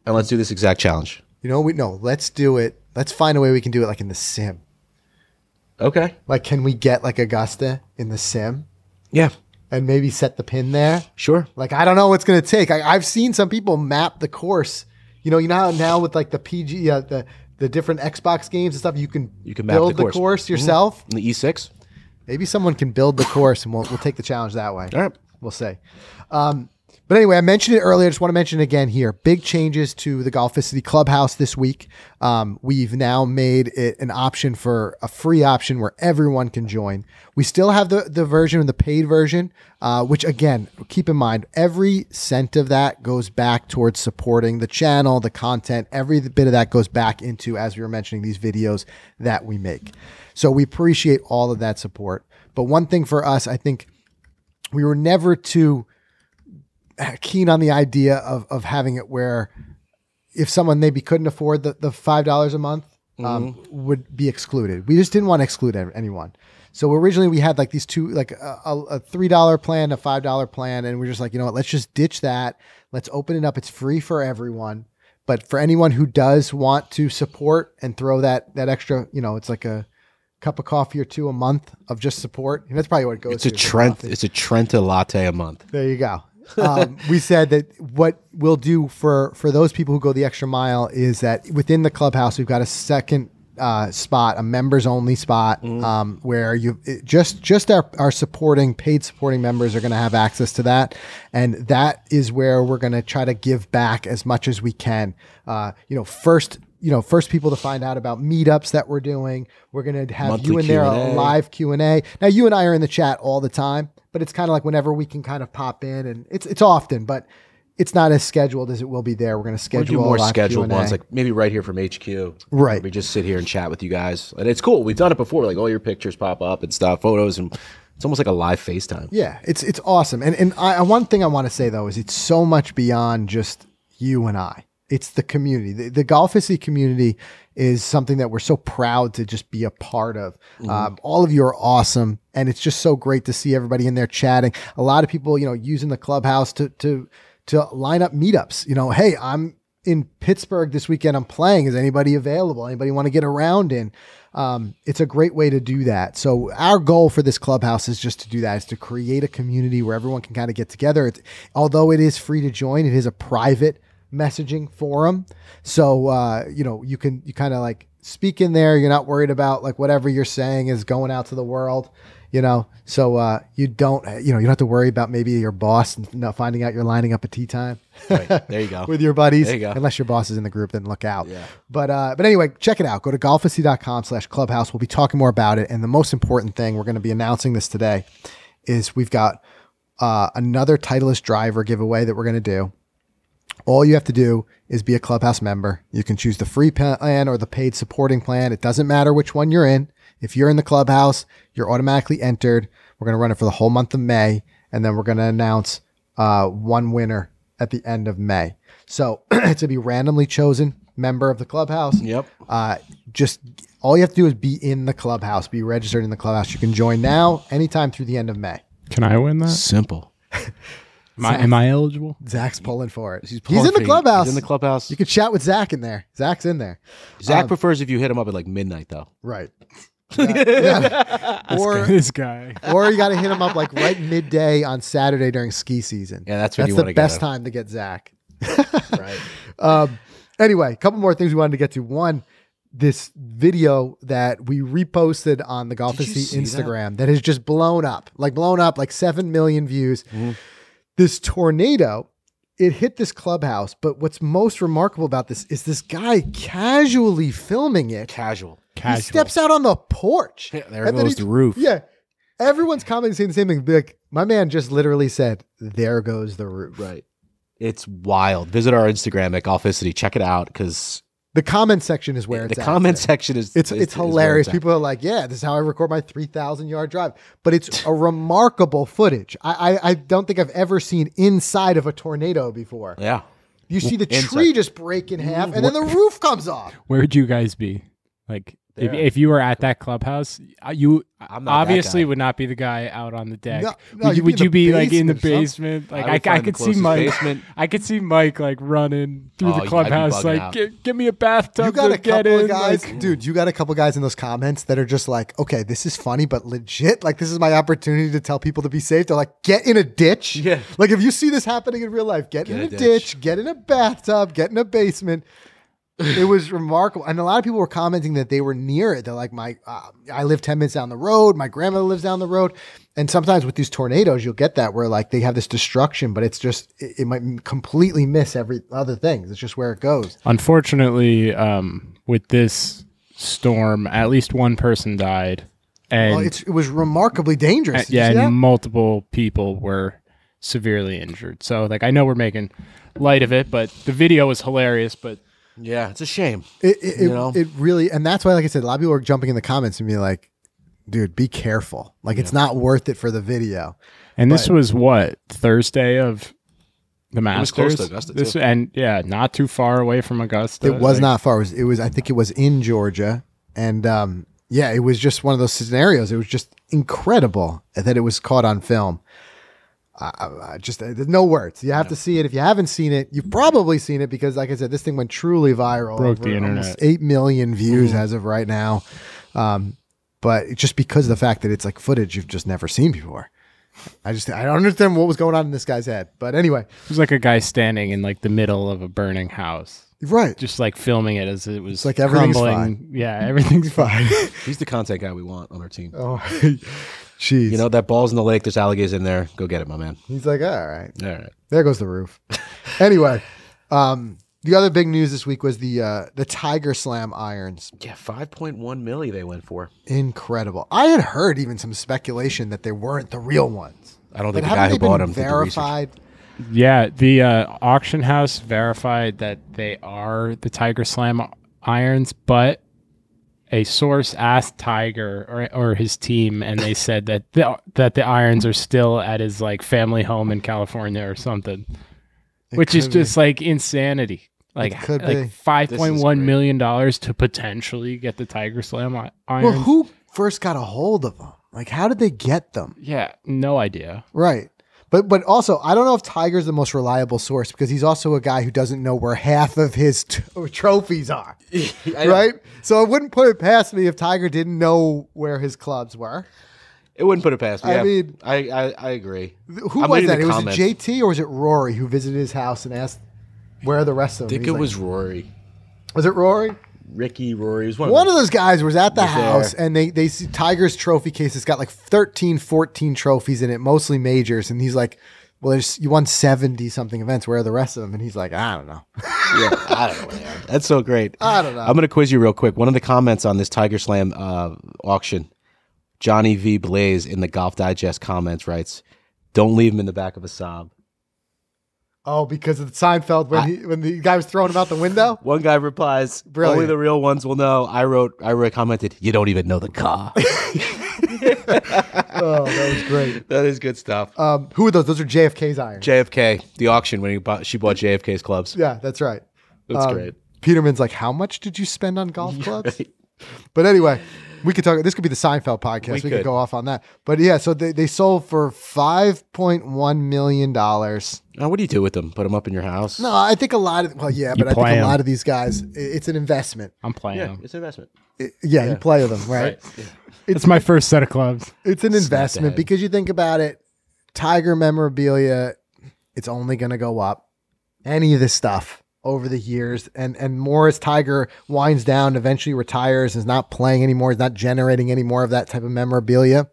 Speaker 2: and let's do this exact challenge.
Speaker 1: You know, we no. Let's do it. Let's find a way we can do it, like in the sim.
Speaker 2: Okay.
Speaker 1: Like, can we get like Augusta in the sim
Speaker 2: Yeah.
Speaker 1: and maybe set the pin there?
Speaker 2: Sure.
Speaker 1: Like, I don't know what's gonna take. I, I've seen some people map the course. You know, you know how now with like the PG, uh, the the different Xbox games and stuff, you can
Speaker 2: You can map
Speaker 1: build
Speaker 2: the
Speaker 1: the course,
Speaker 2: course. Mm-hmm.
Speaker 1: yourself.
Speaker 2: The E E6.
Speaker 1: Maybe someone can build the course, and we'll we'll take the challenge that way.
Speaker 2: All right.
Speaker 1: We'll say. Um, but anyway, I mentioned it earlier. I just want to mention it again here. Big changes to the Golficity Clubhouse this week. Um, we've now made it an option for a free option where everyone can join. We still have the, the version, the paid version, uh, which again, keep in mind, every cent of that goes back towards supporting the channel, the content. Every bit of that goes back into, as we were mentioning, these videos that we make. So we appreciate all of that support. But one thing for us, I think we were never too uh, keen on the idea of of having it where if someone maybe couldn't afford the, the five dollars a month um,
Speaker 2: Mm-hmm.
Speaker 1: would be excluded. We just didn't want to exclude ev- anyone. So originally we had like these two, like a, a- a three dollar plan, a five dollar plan, and we're just like, you know what? Let's just ditch that. Let's open it up. It's free for everyone. But for anyone who does want to support and throw that that extra, you know, it's like a cup of coffee or two a month of just support. And that's probably what it goes
Speaker 2: It's a
Speaker 1: to, for
Speaker 2: Trent.
Speaker 1: coffee.
Speaker 2: It's a Trenta latte a month.
Speaker 1: There you go. Um, we said that what we'll do for for those people who go the extra mile is that within the clubhouse we've got a second uh, spot, a members only spot, um, where you it, just just our, our supporting paid supporting members are going to have access to that, and that is where we're going to try to give back as much as we can. Uh, you know, first. You know, first people to find out about meetups that we're doing. We're gonna have
Speaker 2: Monthly
Speaker 1: you in there
Speaker 2: Q&A.
Speaker 1: a live live Q and A. Now you and I are in the chat all the time, but it's kind of like whenever we can kind of pop in, and it's it's often, but it's not as scheduled as it will be there. We're going to
Speaker 2: We'll
Speaker 1: schedule
Speaker 2: do
Speaker 1: a
Speaker 2: more
Speaker 1: live
Speaker 2: scheduled
Speaker 1: Q&A.
Speaker 2: ones, like maybe right here from HQ.
Speaker 1: Right.
Speaker 2: We just sit here and chat with you guys, and it's cool. We've done it before. Like all your pictures pop up and stuff, photos, and it's almost like a live FaceTime.
Speaker 1: yeah, it's it's awesome. And and I, I- one thing I want to say though is it's so much beyond just you and I. It's the community. The, the Golficity community is something that we're so proud to just be a part of. Um, all of you are awesome, and it's just so great to see everybody in there chatting. A lot of people, you know, using the clubhouse to to to line up meetups. You know, hey, I'm in Pittsburgh this weekend. I'm playing. Is anybody available? Anybody want to get around in? Um, it's a great way to do that. So our goal for this clubhouse is just to do that: is to create a community where everyone can kind of get together. It's, although it is free to join, it is a private messaging forum. So uh, you know you can you kind of like speak in there. You're not worried about like whatever you're saying is going out to the world. You know, so uh, you don't you know you don't have to worry about maybe your boss you know, finding out you're lining up at tea time
Speaker 2: Right. There you go.
Speaker 1: with your buddies.
Speaker 2: There you go.
Speaker 1: Unless your boss is in the group, then look out.
Speaker 2: Yeah.
Speaker 1: But uh, but anyway, check it out. Go to golfacy.com slash clubhouse. We'll be talking more about it. And the most important thing, we're going to be announcing this today, is we've got uh, another Titleist driver giveaway that we're going to do. All you have to do is be a clubhouse member. You can choose the free plan or the paid supporting plan. It doesn't matter which one you're in. If you're in the clubhouse, you're automatically entered. We're going to run it for the whole month of May, and then we're going to announce uh, one winner at the end of May. So it's going to be randomly chosen member of the clubhouse.
Speaker 2: Yep.
Speaker 1: Uh, just all you have to do is be in the clubhouse, be registered in the clubhouse. You can join now, anytime through the end of May.
Speaker 3: Can I win that?
Speaker 2: Simple.
Speaker 3: Am I, am I eligible?
Speaker 1: Zach's pulling for it. He's,
Speaker 2: Pulling
Speaker 1: in the
Speaker 2: for you.
Speaker 1: clubhouse.
Speaker 2: He's in the clubhouse.
Speaker 1: You uh, could chat with Zach in there. Zach's in there.
Speaker 2: Zach prefers if you hit him up at like midnight though.
Speaker 1: Right. Yeah, yeah. Or
Speaker 3: this guy.
Speaker 1: or you got to hit him up like right midday on Saturday during ski season.
Speaker 2: Yeah, that's when you
Speaker 1: that's the
Speaker 2: wanna get
Speaker 1: best
Speaker 2: him.
Speaker 1: time to get Zach.
Speaker 2: Right.
Speaker 1: Um, anyway, a couple more things we wanted to get to. One, this video that we reposted on the Golf
Speaker 2: Did you
Speaker 1: SC
Speaker 2: see that?
Speaker 1: Instagram that has just blown up, like blown up, like seven million views.
Speaker 2: Mm-hmm.
Speaker 1: This tornado. It hit this clubhouse, but what's most remarkable about this is this guy casually filming it.
Speaker 2: Casual.
Speaker 1: He steps out on the porch.
Speaker 2: Yeah, there
Speaker 1: And then
Speaker 2: goes
Speaker 1: he-
Speaker 2: the roof.
Speaker 1: Yeah. Everyone's commenting saying the same thing. Be Like, my man just literally said, There goes the roof.
Speaker 2: Right. It's wild. Visit our Instagram at Golficity. Check it out because
Speaker 1: The comment section is where
Speaker 2: the
Speaker 1: it's at
Speaker 2: comment
Speaker 1: today.
Speaker 2: section is
Speaker 1: It's
Speaker 2: is-
Speaker 1: it's
Speaker 2: is where
Speaker 1: hilarious.
Speaker 2: at.
Speaker 1: People are like, Yeah, this is how I record my three thousand yard drive. But it's a remarkable footage. I, I I don't think I've ever seen inside of a tornado before.
Speaker 2: Yeah.
Speaker 1: You see the
Speaker 2: Inside.
Speaker 1: tree just break in half and then the roof comes off.
Speaker 3: Where would you guys be? Like, if,
Speaker 2: There.
Speaker 3: if you were at that clubhouse, uh, you
Speaker 2: I'm not that
Speaker 3: obviously
Speaker 2: guy.
Speaker 3: would not be the guy out on the deck.
Speaker 1: No, no,
Speaker 3: would
Speaker 1: you'd
Speaker 3: you,
Speaker 1: be
Speaker 3: would
Speaker 1: in the
Speaker 3: you be like in the
Speaker 1: basement or
Speaker 3: basement?
Speaker 2: I
Speaker 3: Like,
Speaker 2: would
Speaker 3: I, I,
Speaker 2: find the
Speaker 3: could see
Speaker 2: closest
Speaker 3: Mike.
Speaker 2: basement.
Speaker 3: I could see Mike like running through
Speaker 2: Oh, I'd
Speaker 3: the
Speaker 2: be
Speaker 3: clubhouse,
Speaker 2: bugging
Speaker 3: like,
Speaker 2: out.
Speaker 3: give, give me a bathtub.
Speaker 1: You got
Speaker 3: to
Speaker 1: a
Speaker 3: get
Speaker 1: couple
Speaker 3: in.
Speaker 1: of guys,
Speaker 3: Like,
Speaker 1: dude. You got a couple guys in those comments that are just like, "Okay, this is funny, but legit, like, this is my opportunity to tell people to be safe." They're like, "Get in a ditch."
Speaker 2: Yeah.
Speaker 1: Like, if you see this happening in real life, get, in a, ditch. get in a bathtub, get in a basement. it was remarkable, and a lot of people were commenting that they were near it. They're like, "My, uh, I live ten minutes down the road. My grandmother lives down the road." And sometimes with these tornadoes, you'll get that where like they have this destruction, but it's just it, it might completely miss every other thing. It's just where it goes.
Speaker 3: Unfortunately, um, with this storm, at least one person died, and
Speaker 1: Well, it's, it was remarkably dangerous.
Speaker 3: and-
Speaker 1: Did you
Speaker 3: Uh, yeah,
Speaker 1: see
Speaker 3: and
Speaker 1: that?
Speaker 3: multiple people were severely injured. So, like, I know we're making light of it, but the video was hilarious. But
Speaker 2: Yeah. It's a shame.
Speaker 1: it, it,
Speaker 2: you
Speaker 1: it-
Speaker 2: know?
Speaker 1: it really, and that's why, like I said, a lot of people are jumping in the comments and being like, dude, be careful. Like, it's not worth it for the video.
Speaker 3: and this was what Thursday of the
Speaker 2: was
Speaker 3: Masters.
Speaker 2: close to Augusta,
Speaker 3: this
Speaker 2: too.
Speaker 3: and yeah, not too far away from Augusta.
Speaker 1: It was
Speaker 3: Like,
Speaker 1: not far. It was, it was, I think it was in Georgia. And, um, yeah, it was just one of those scenarios. It was just incredible that it was caught on film. I, I, I just, uh, there's no words. You have to see it. If you haven't seen it, you've probably seen it because, like I said, this thing went truly viral.
Speaker 3: Broke the
Speaker 1: over almost
Speaker 3: internet. Mm-hmm.
Speaker 1: 8 million views as of right now. Um, but it's just because of the fact that it's like footage you've just never seen before. I just, I don't understand what was going on in this guy's head. But anyway,
Speaker 3: It was like a guy standing in like the middle of a burning house.
Speaker 1: right.
Speaker 3: Just like filming it as it was
Speaker 1: like everything's
Speaker 3: crumbling. Yeah, everything's fine.
Speaker 2: He's the content guy we want on our team.
Speaker 1: Oh, jeez.
Speaker 2: You know that ball's in the lake. There's alligators in there. Go get it, my man.
Speaker 1: He's like, all right.
Speaker 2: All right.
Speaker 1: There goes the roof. anyway, um, the other big news this week was the uh, the Tiger Slam irons.
Speaker 2: Yeah, five point one milli they went for.
Speaker 1: Incredible. I had heard even some speculation that they weren't the real ones.
Speaker 2: I don't
Speaker 1: But
Speaker 2: think the guy
Speaker 1: haven't
Speaker 2: who
Speaker 1: they
Speaker 2: bought
Speaker 1: been
Speaker 2: them
Speaker 1: verified?
Speaker 3: Yeah, the uh, auction house verified that they are the Tiger Slam irons, but a source asked Tiger or, or his team, and they said that the, that the irons are still at his like family home in California or something, which is
Speaker 1: could be.
Speaker 3: just like insanity. Like,
Speaker 1: could be.
Speaker 3: like five point one
Speaker 2: great.
Speaker 3: million dollars to potentially get the Tiger Slam i-
Speaker 1: Well,
Speaker 3: irons.
Speaker 1: who first got a hold of them? Like, how did they get them?
Speaker 3: yeah, no idea.
Speaker 1: Right. But but also, I don't know if Tiger's the most reliable source because he's also a guy who doesn't know where half of his t- trophies are. right? So I wouldn't put it past me if Tiger didn't know where his clubs were.
Speaker 2: It wouldn't put it past me.
Speaker 1: I
Speaker 2: I
Speaker 1: mean-
Speaker 2: mean, I I, I agree.
Speaker 1: Who
Speaker 2: I'm
Speaker 1: was
Speaker 2: reading
Speaker 1: that?
Speaker 2: the
Speaker 1: It was
Speaker 2: comments.
Speaker 1: it JT or was it Rory who visited his house and asked where are the rest of them?
Speaker 2: I think
Speaker 1: He's
Speaker 2: it
Speaker 1: like-
Speaker 2: was Rory,
Speaker 1: was it Rory?
Speaker 2: Ricky, Rory. It was one,
Speaker 1: One
Speaker 2: of
Speaker 1: of those guys was at the
Speaker 2: there.
Speaker 1: house and they, they see Tiger's trophy case. It's got like 13, 14 trophies in it, mostly majors. And he's like, well, there's, you won 70 something events. Where are the rest of them? And he's like, I don't know.
Speaker 2: them. Yeah, I don't know. where they are. That's so great.
Speaker 1: I don't know.
Speaker 2: I'm gonna quiz you real quick. One of the comments on this Tiger Slam uh, auction, Johnny V Blaze in the Golf Digest comments writes, "Don't leave him in the back of a sob."
Speaker 1: Oh, because of the Seinfeld when he, when the guy was throwing him out the window.
Speaker 2: One guy replies,
Speaker 1: Brilliant.
Speaker 2: "Only the real ones will know." I wrote, I wrote, commented, "You don't even know the car."
Speaker 1: Oh, that was great.
Speaker 2: that is good stuff.
Speaker 1: Um, who are those? Those are JFK's irons.
Speaker 2: JFK, the auction when he bought, she bought JFK's clubs.
Speaker 1: yeah, that's right.
Speaker 2: That's
Speaker 1: Um,
Speaker 2: great.
Speaker 1: Peterman's like, how much did you spend on golf clubs? But anyway, we could talk. This could be the Seinfeld podcast. We, could.
Speaker 2: could.
Speaker 1: go off on that. But yeah, so they, they sold for five point one million dollars.
Speaker 2: Now, what do you do with them? Put them up in your house?
Speaker 1: No, I think a lot of well, yeah, but I think
Speaker 3: play
Speaker 1: a
Speaker 3: 'em.
Speaker 1: lot of these guys, i- it's an investment.
Speaker 3: I'm playing
Speaker 2: Yeah,
Speaker 3: them.
Speaker 2: it's an investment.
Speaker 1: I- yeah, you play with them, right?
Speaker 3: It's my first set of clubs.
Speaker 1: It's an investment
Speaker 2: ahead.
Speaker 1: because you think about it, Tiger memorabilia, it's only going to go up. Any of this stuff over the years, and and more as Tiger winds down, eventually retires, is not playing anymore, is not generating any more of that type of memorabilia.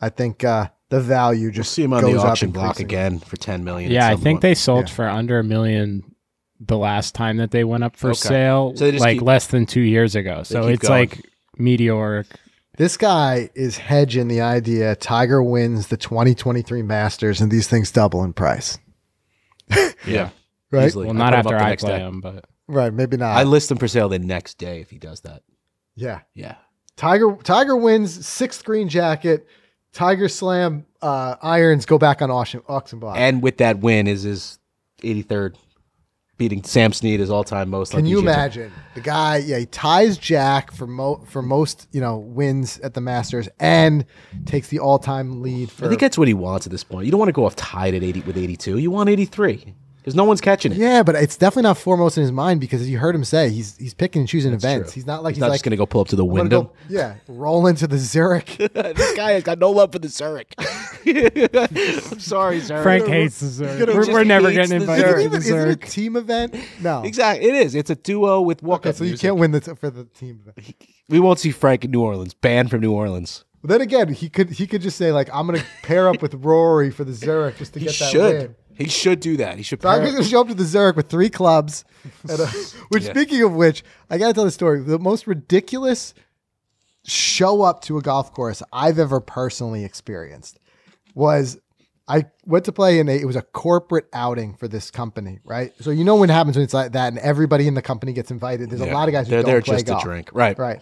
Speaker 1: I think uh, the value
Speaker 2: Just
Speaker 1: just
Speaker 2: see him on
Speaker 1: goes
Speaker 2: the
Speaker 1: up
Speaker 2: auction block
Speaker 1: increasingly.
Speaker 2: again for ten million. at
Speaker 3: yeah, I
Speaker 2: some
Speaker 3: think
Speaker 2: point.
Speaker 3: they sold
Speaker 1: Yeah.
Speaker 3: for under a million the last time that they went up for
Speaker 2: Okay.
Speaker 3: sale,
Speaker 2: So they just
Speaker 3: like
Speaker 2: keep-
Speaker 3: less than two years ago. So
Speaker 2: keep
Speaker 3: it's
Speaker 2: going.
Speaker 3: like meteoric.
Speaker 1: This guy is hedging the idea Tiger wins the 2023 Masters and these things double in price,
Speaker 2: yeah,
Speaker 1: right? Uh,
Speaker 2: easily.
Speaker 3: Well, not
Speaker 2: put 'em up
Speaker 3: after
Speaker 2: the
Speaker 3: I
Speaker 2: next
Speaker 3: play
Speaker 2: day.
Speaker 3: them, but
Speaker 1: Right? Maybe not.
Speaker 2: I list them for sale the next day if he does that.
Speaker 1: yeah.
Speaker 2: Yeah,
Speaker 1: Tiger Tiger wins sixth green jacket. Tiger Slam uh, irons go back on auction auction block.
Speaker 2: and with that win is his eighty third, beating Sam Snead his all time most.
Speaker 1: Can
Speaker 2: lucky
Speaker 1: you
Speaker 2: GM.
Speaker 1: imagine the guy? Yeah, he ties Jack for mo- for most you know wins at the Masters and takes the all time lead for.
Speaker 2: I think that's what he wants at this point. You don't want to go off tied at eighty with eighty two. You want eighty three because no one's catching it.
Speaker 1: yeah, but it's definitely not foremost in his mind because you heard him say he's he's picking and choosing events. He's not like
Speaker 2: He's
Speaker 1: he's,
Speaker 2: not
Speaker 1: like
Speaker 2: just going to go pull up to the
Speaker 1: "I'm gonna
Speaker 2: window.
Speaker 1: go- yeah, roll into the Zurich.
Speaker 2: this guy has got no love for the Zurich. I'm sorry, Zurich.
Speaker 3: Frank hates the Zurich. We're,
Speaker 2: just
Speaker 3: we're never
Speaker 2: hates
Speaker 3: getting
Speaker 2: the
Speaker 1: Is it
Speaker 3: invited
Speaker 1: even
Speaker 3: to
Speaker 1: is it a
Speaker 3: Zurich.
Speaker 1: team event? No,
Speaker 2: Exactly, it is. It's a duo with walk
Speaker 1: Okay,
Speaker 2: up.
Speaker 1: so you can't win the t- for the team event.
Speaker 2: We won't see Frank in New Orleans. Banned from New Orleans.
Speaker 1: But then again, he could he could just say like, "I'm going to pair up with Rory for the Zurich just to
Speaker 2: He
Speaker 1: get that
Speaker 2: should.
Speaker 1: win."
Speaker 2: He should do that. He should.
Speaker 1: So I'm
Speaker 2: pair-
Speaker 1: going to show up to the Zurich with three clubs. And a, which,
Speaker 2: Yeah.
Speaker 1: speaking of which, I got to tell the story. The most ridiculous show up to a golf course I've ever personally experienced was I went to play in a it was a corporate outing for this company, right? So you know what happens when it's like that, and everybody in the company gets invited. There's
Speaker 2: Yeah.
Speaker 1: a lot of guys who
Speaker 2: They're
Speaker 1: don't
Speaker 2: there
Speaker 1: play
Speaker 2: just
Speaker 1: golf.
Speaker 2: to drink, right?
Speaker 1: Right.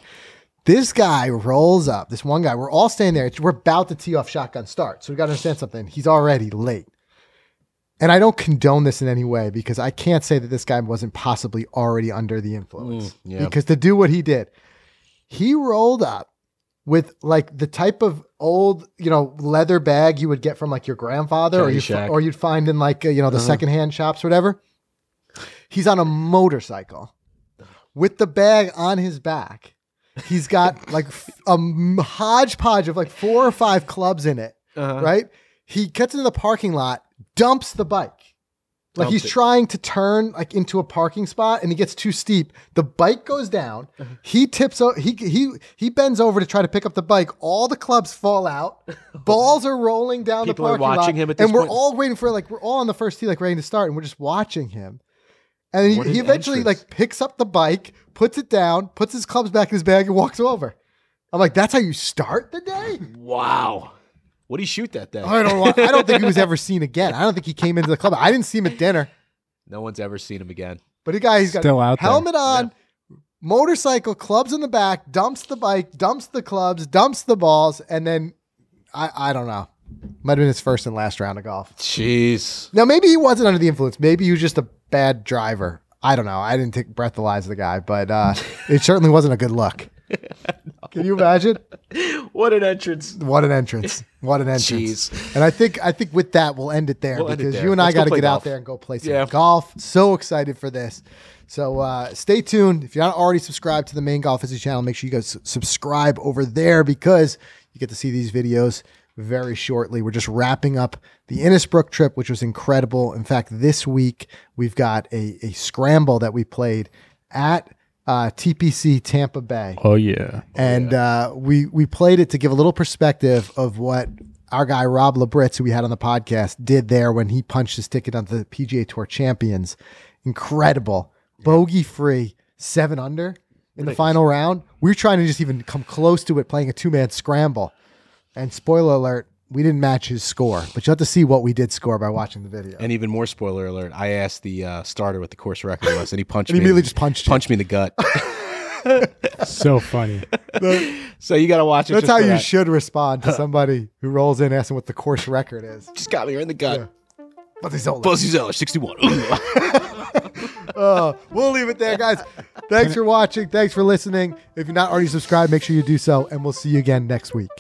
Speaker 1: This guy rolls up. This one guy. We're all standing there. It's- We're about to tee off shotgun start. So we got to understand something. He's already late. And I don't condone this in any way because I can't say that this guy wasn't possibly already under the influence.
Speaker 2: yeah.
Speaker 1: Because to do what he did, he rolled up with like the type of old, you know, leather bag you would get from like your grandfather or you
Speaker 2: Caddyshack.
Speaker 1: or you'd find in like, uh, you know, the secondhand shops or whatever. He's on a motorcycle with the bag on his back. He's got like f- a m- hodgepodge of like four or five clubs in it,
Speaker 3: Uh-huh.
Speaker 2: Uh-huh.
Speaker 1: right? He gets into the parking lot, dumps the bike. Like
Speaker 2: Dumps
Speaker 1: he's
Speaker 2: it.
Speaker 1: trying to turn like into a parking spot and he gets too steep. The bike goes down.
Speaker 2: Uh-huh.
Speaker 1: He tips o- he he he bends over to try to pick up the bike. All the clubs fall out. Balls are rolling down
Speaker 2: People
Speaker 1: the
Speaker 2: are
Speaker 1: parking lot.
Speaker 2: watching him at
Speaker 1: and
Speaker 2: this
Speaker 1: we're
Speaker 2: point.
Speaker 1: all waiting for like we're all on the first tee like ready to start and we're just watching him. And
Speaker 2: What
Speaker 1: he,
Speaker 2: an
Speaker 1: he eventually
Speaker 2: entrance.
Speaker 1: like picks up the bike, puts it down, puts his clubs back in his bag, and walks over. I'm like, that's how you start the day?
Speaker 2: Wow. What do you shoot that day?
Speaker 1: I don't want, I don't think he was ever seen again. I don't think he came into the club. I didn't see him at dinner.
Speaker 2: No one's ever seen him again.
Speaker 1: But the guy he's got
Speaker 3: Still out there.
Speaker 1: helmet on, motorcycle, clubs in the back, dumps the bike, dumps the clubs, dumps the balls, and then I, I don't know. Might have been his first and last round of golf.
Speaker 2: Jeez.
Speaker 1: Now maybe he wasn't under the influence. Maybe he was just a bad driver. I don't know. I didn't take breathalyze the guy, but uh, it certainly wasn't a good look. Can you imagine?
Speaker 2: What an entrance.
Speaker 1: What an entrance! What an entrance!
Speaker 2: Jeez.
Speaker 1: And I think I think with that we'll end it there
Speaker 2: We'll end it
Speaker 1: because
Speaker 2: there.
Speaker 1: you and I
Speaker 2: Let's go
Speaker 1: got to
Speaker 2: play
Speaker 1: get out
Speaker 2: golf.
Speaker 1: there and go play some
Speaker 2: Yeah.
Speaker 1: golf. So excited for this! So uh, stay tuned. If you're not already subscribed to the main golf history channel, make sure you guys subscribe over there because you get to see these videos very shortly. We're just wrapping up the Innisbrook trip, which was incredible. In fact, this week we've got a, a scramble that we played at uh, TPC Tampa Bay
Speaker 3: Oh yeah.
Speaker 1: and uh, we we played it to give a little perspective of what our guy Rob Labritz, who we had on the podcast, did there when he punched his ticket onto the PGA Tour Champions. Incredible, bogey free, seven under in the final round. We were trying to just even come close to it, playing a two man scramble. And spoiler alert, we didn't match his score, but you'll have to see what we did score by watching the video.
Speaker 2: And even more spoiler alert, I asked the uh, starter what the course record was, and he punched
Speaker 1: And he
Speaker 2: me. in-
Speaker 1: immediately just punched you.
Speaker 2: punched me in the gut.
Speaker 3: so funny.
Speaker 2: so you got to watch it.
Speaker 1: That's
Speaker 2: just
Speaker 1: how
Speaker 2: for
Speaker 1: you
Speaker 2: that.
Speaker 1: should respond to somebody who rolls in asking what the course record is.
Speaker 2: Just got me right in the gut.
Speaker 1: But they don't.
Speaker 2: Buzzy Zeller, sixty-one. Ooh.
Speaker 1: Uh, we'll leave it there, guys. Thanks for watching. Thanks for listening. If you're not already subscribed, make sure you do so, and we'll see you again next week.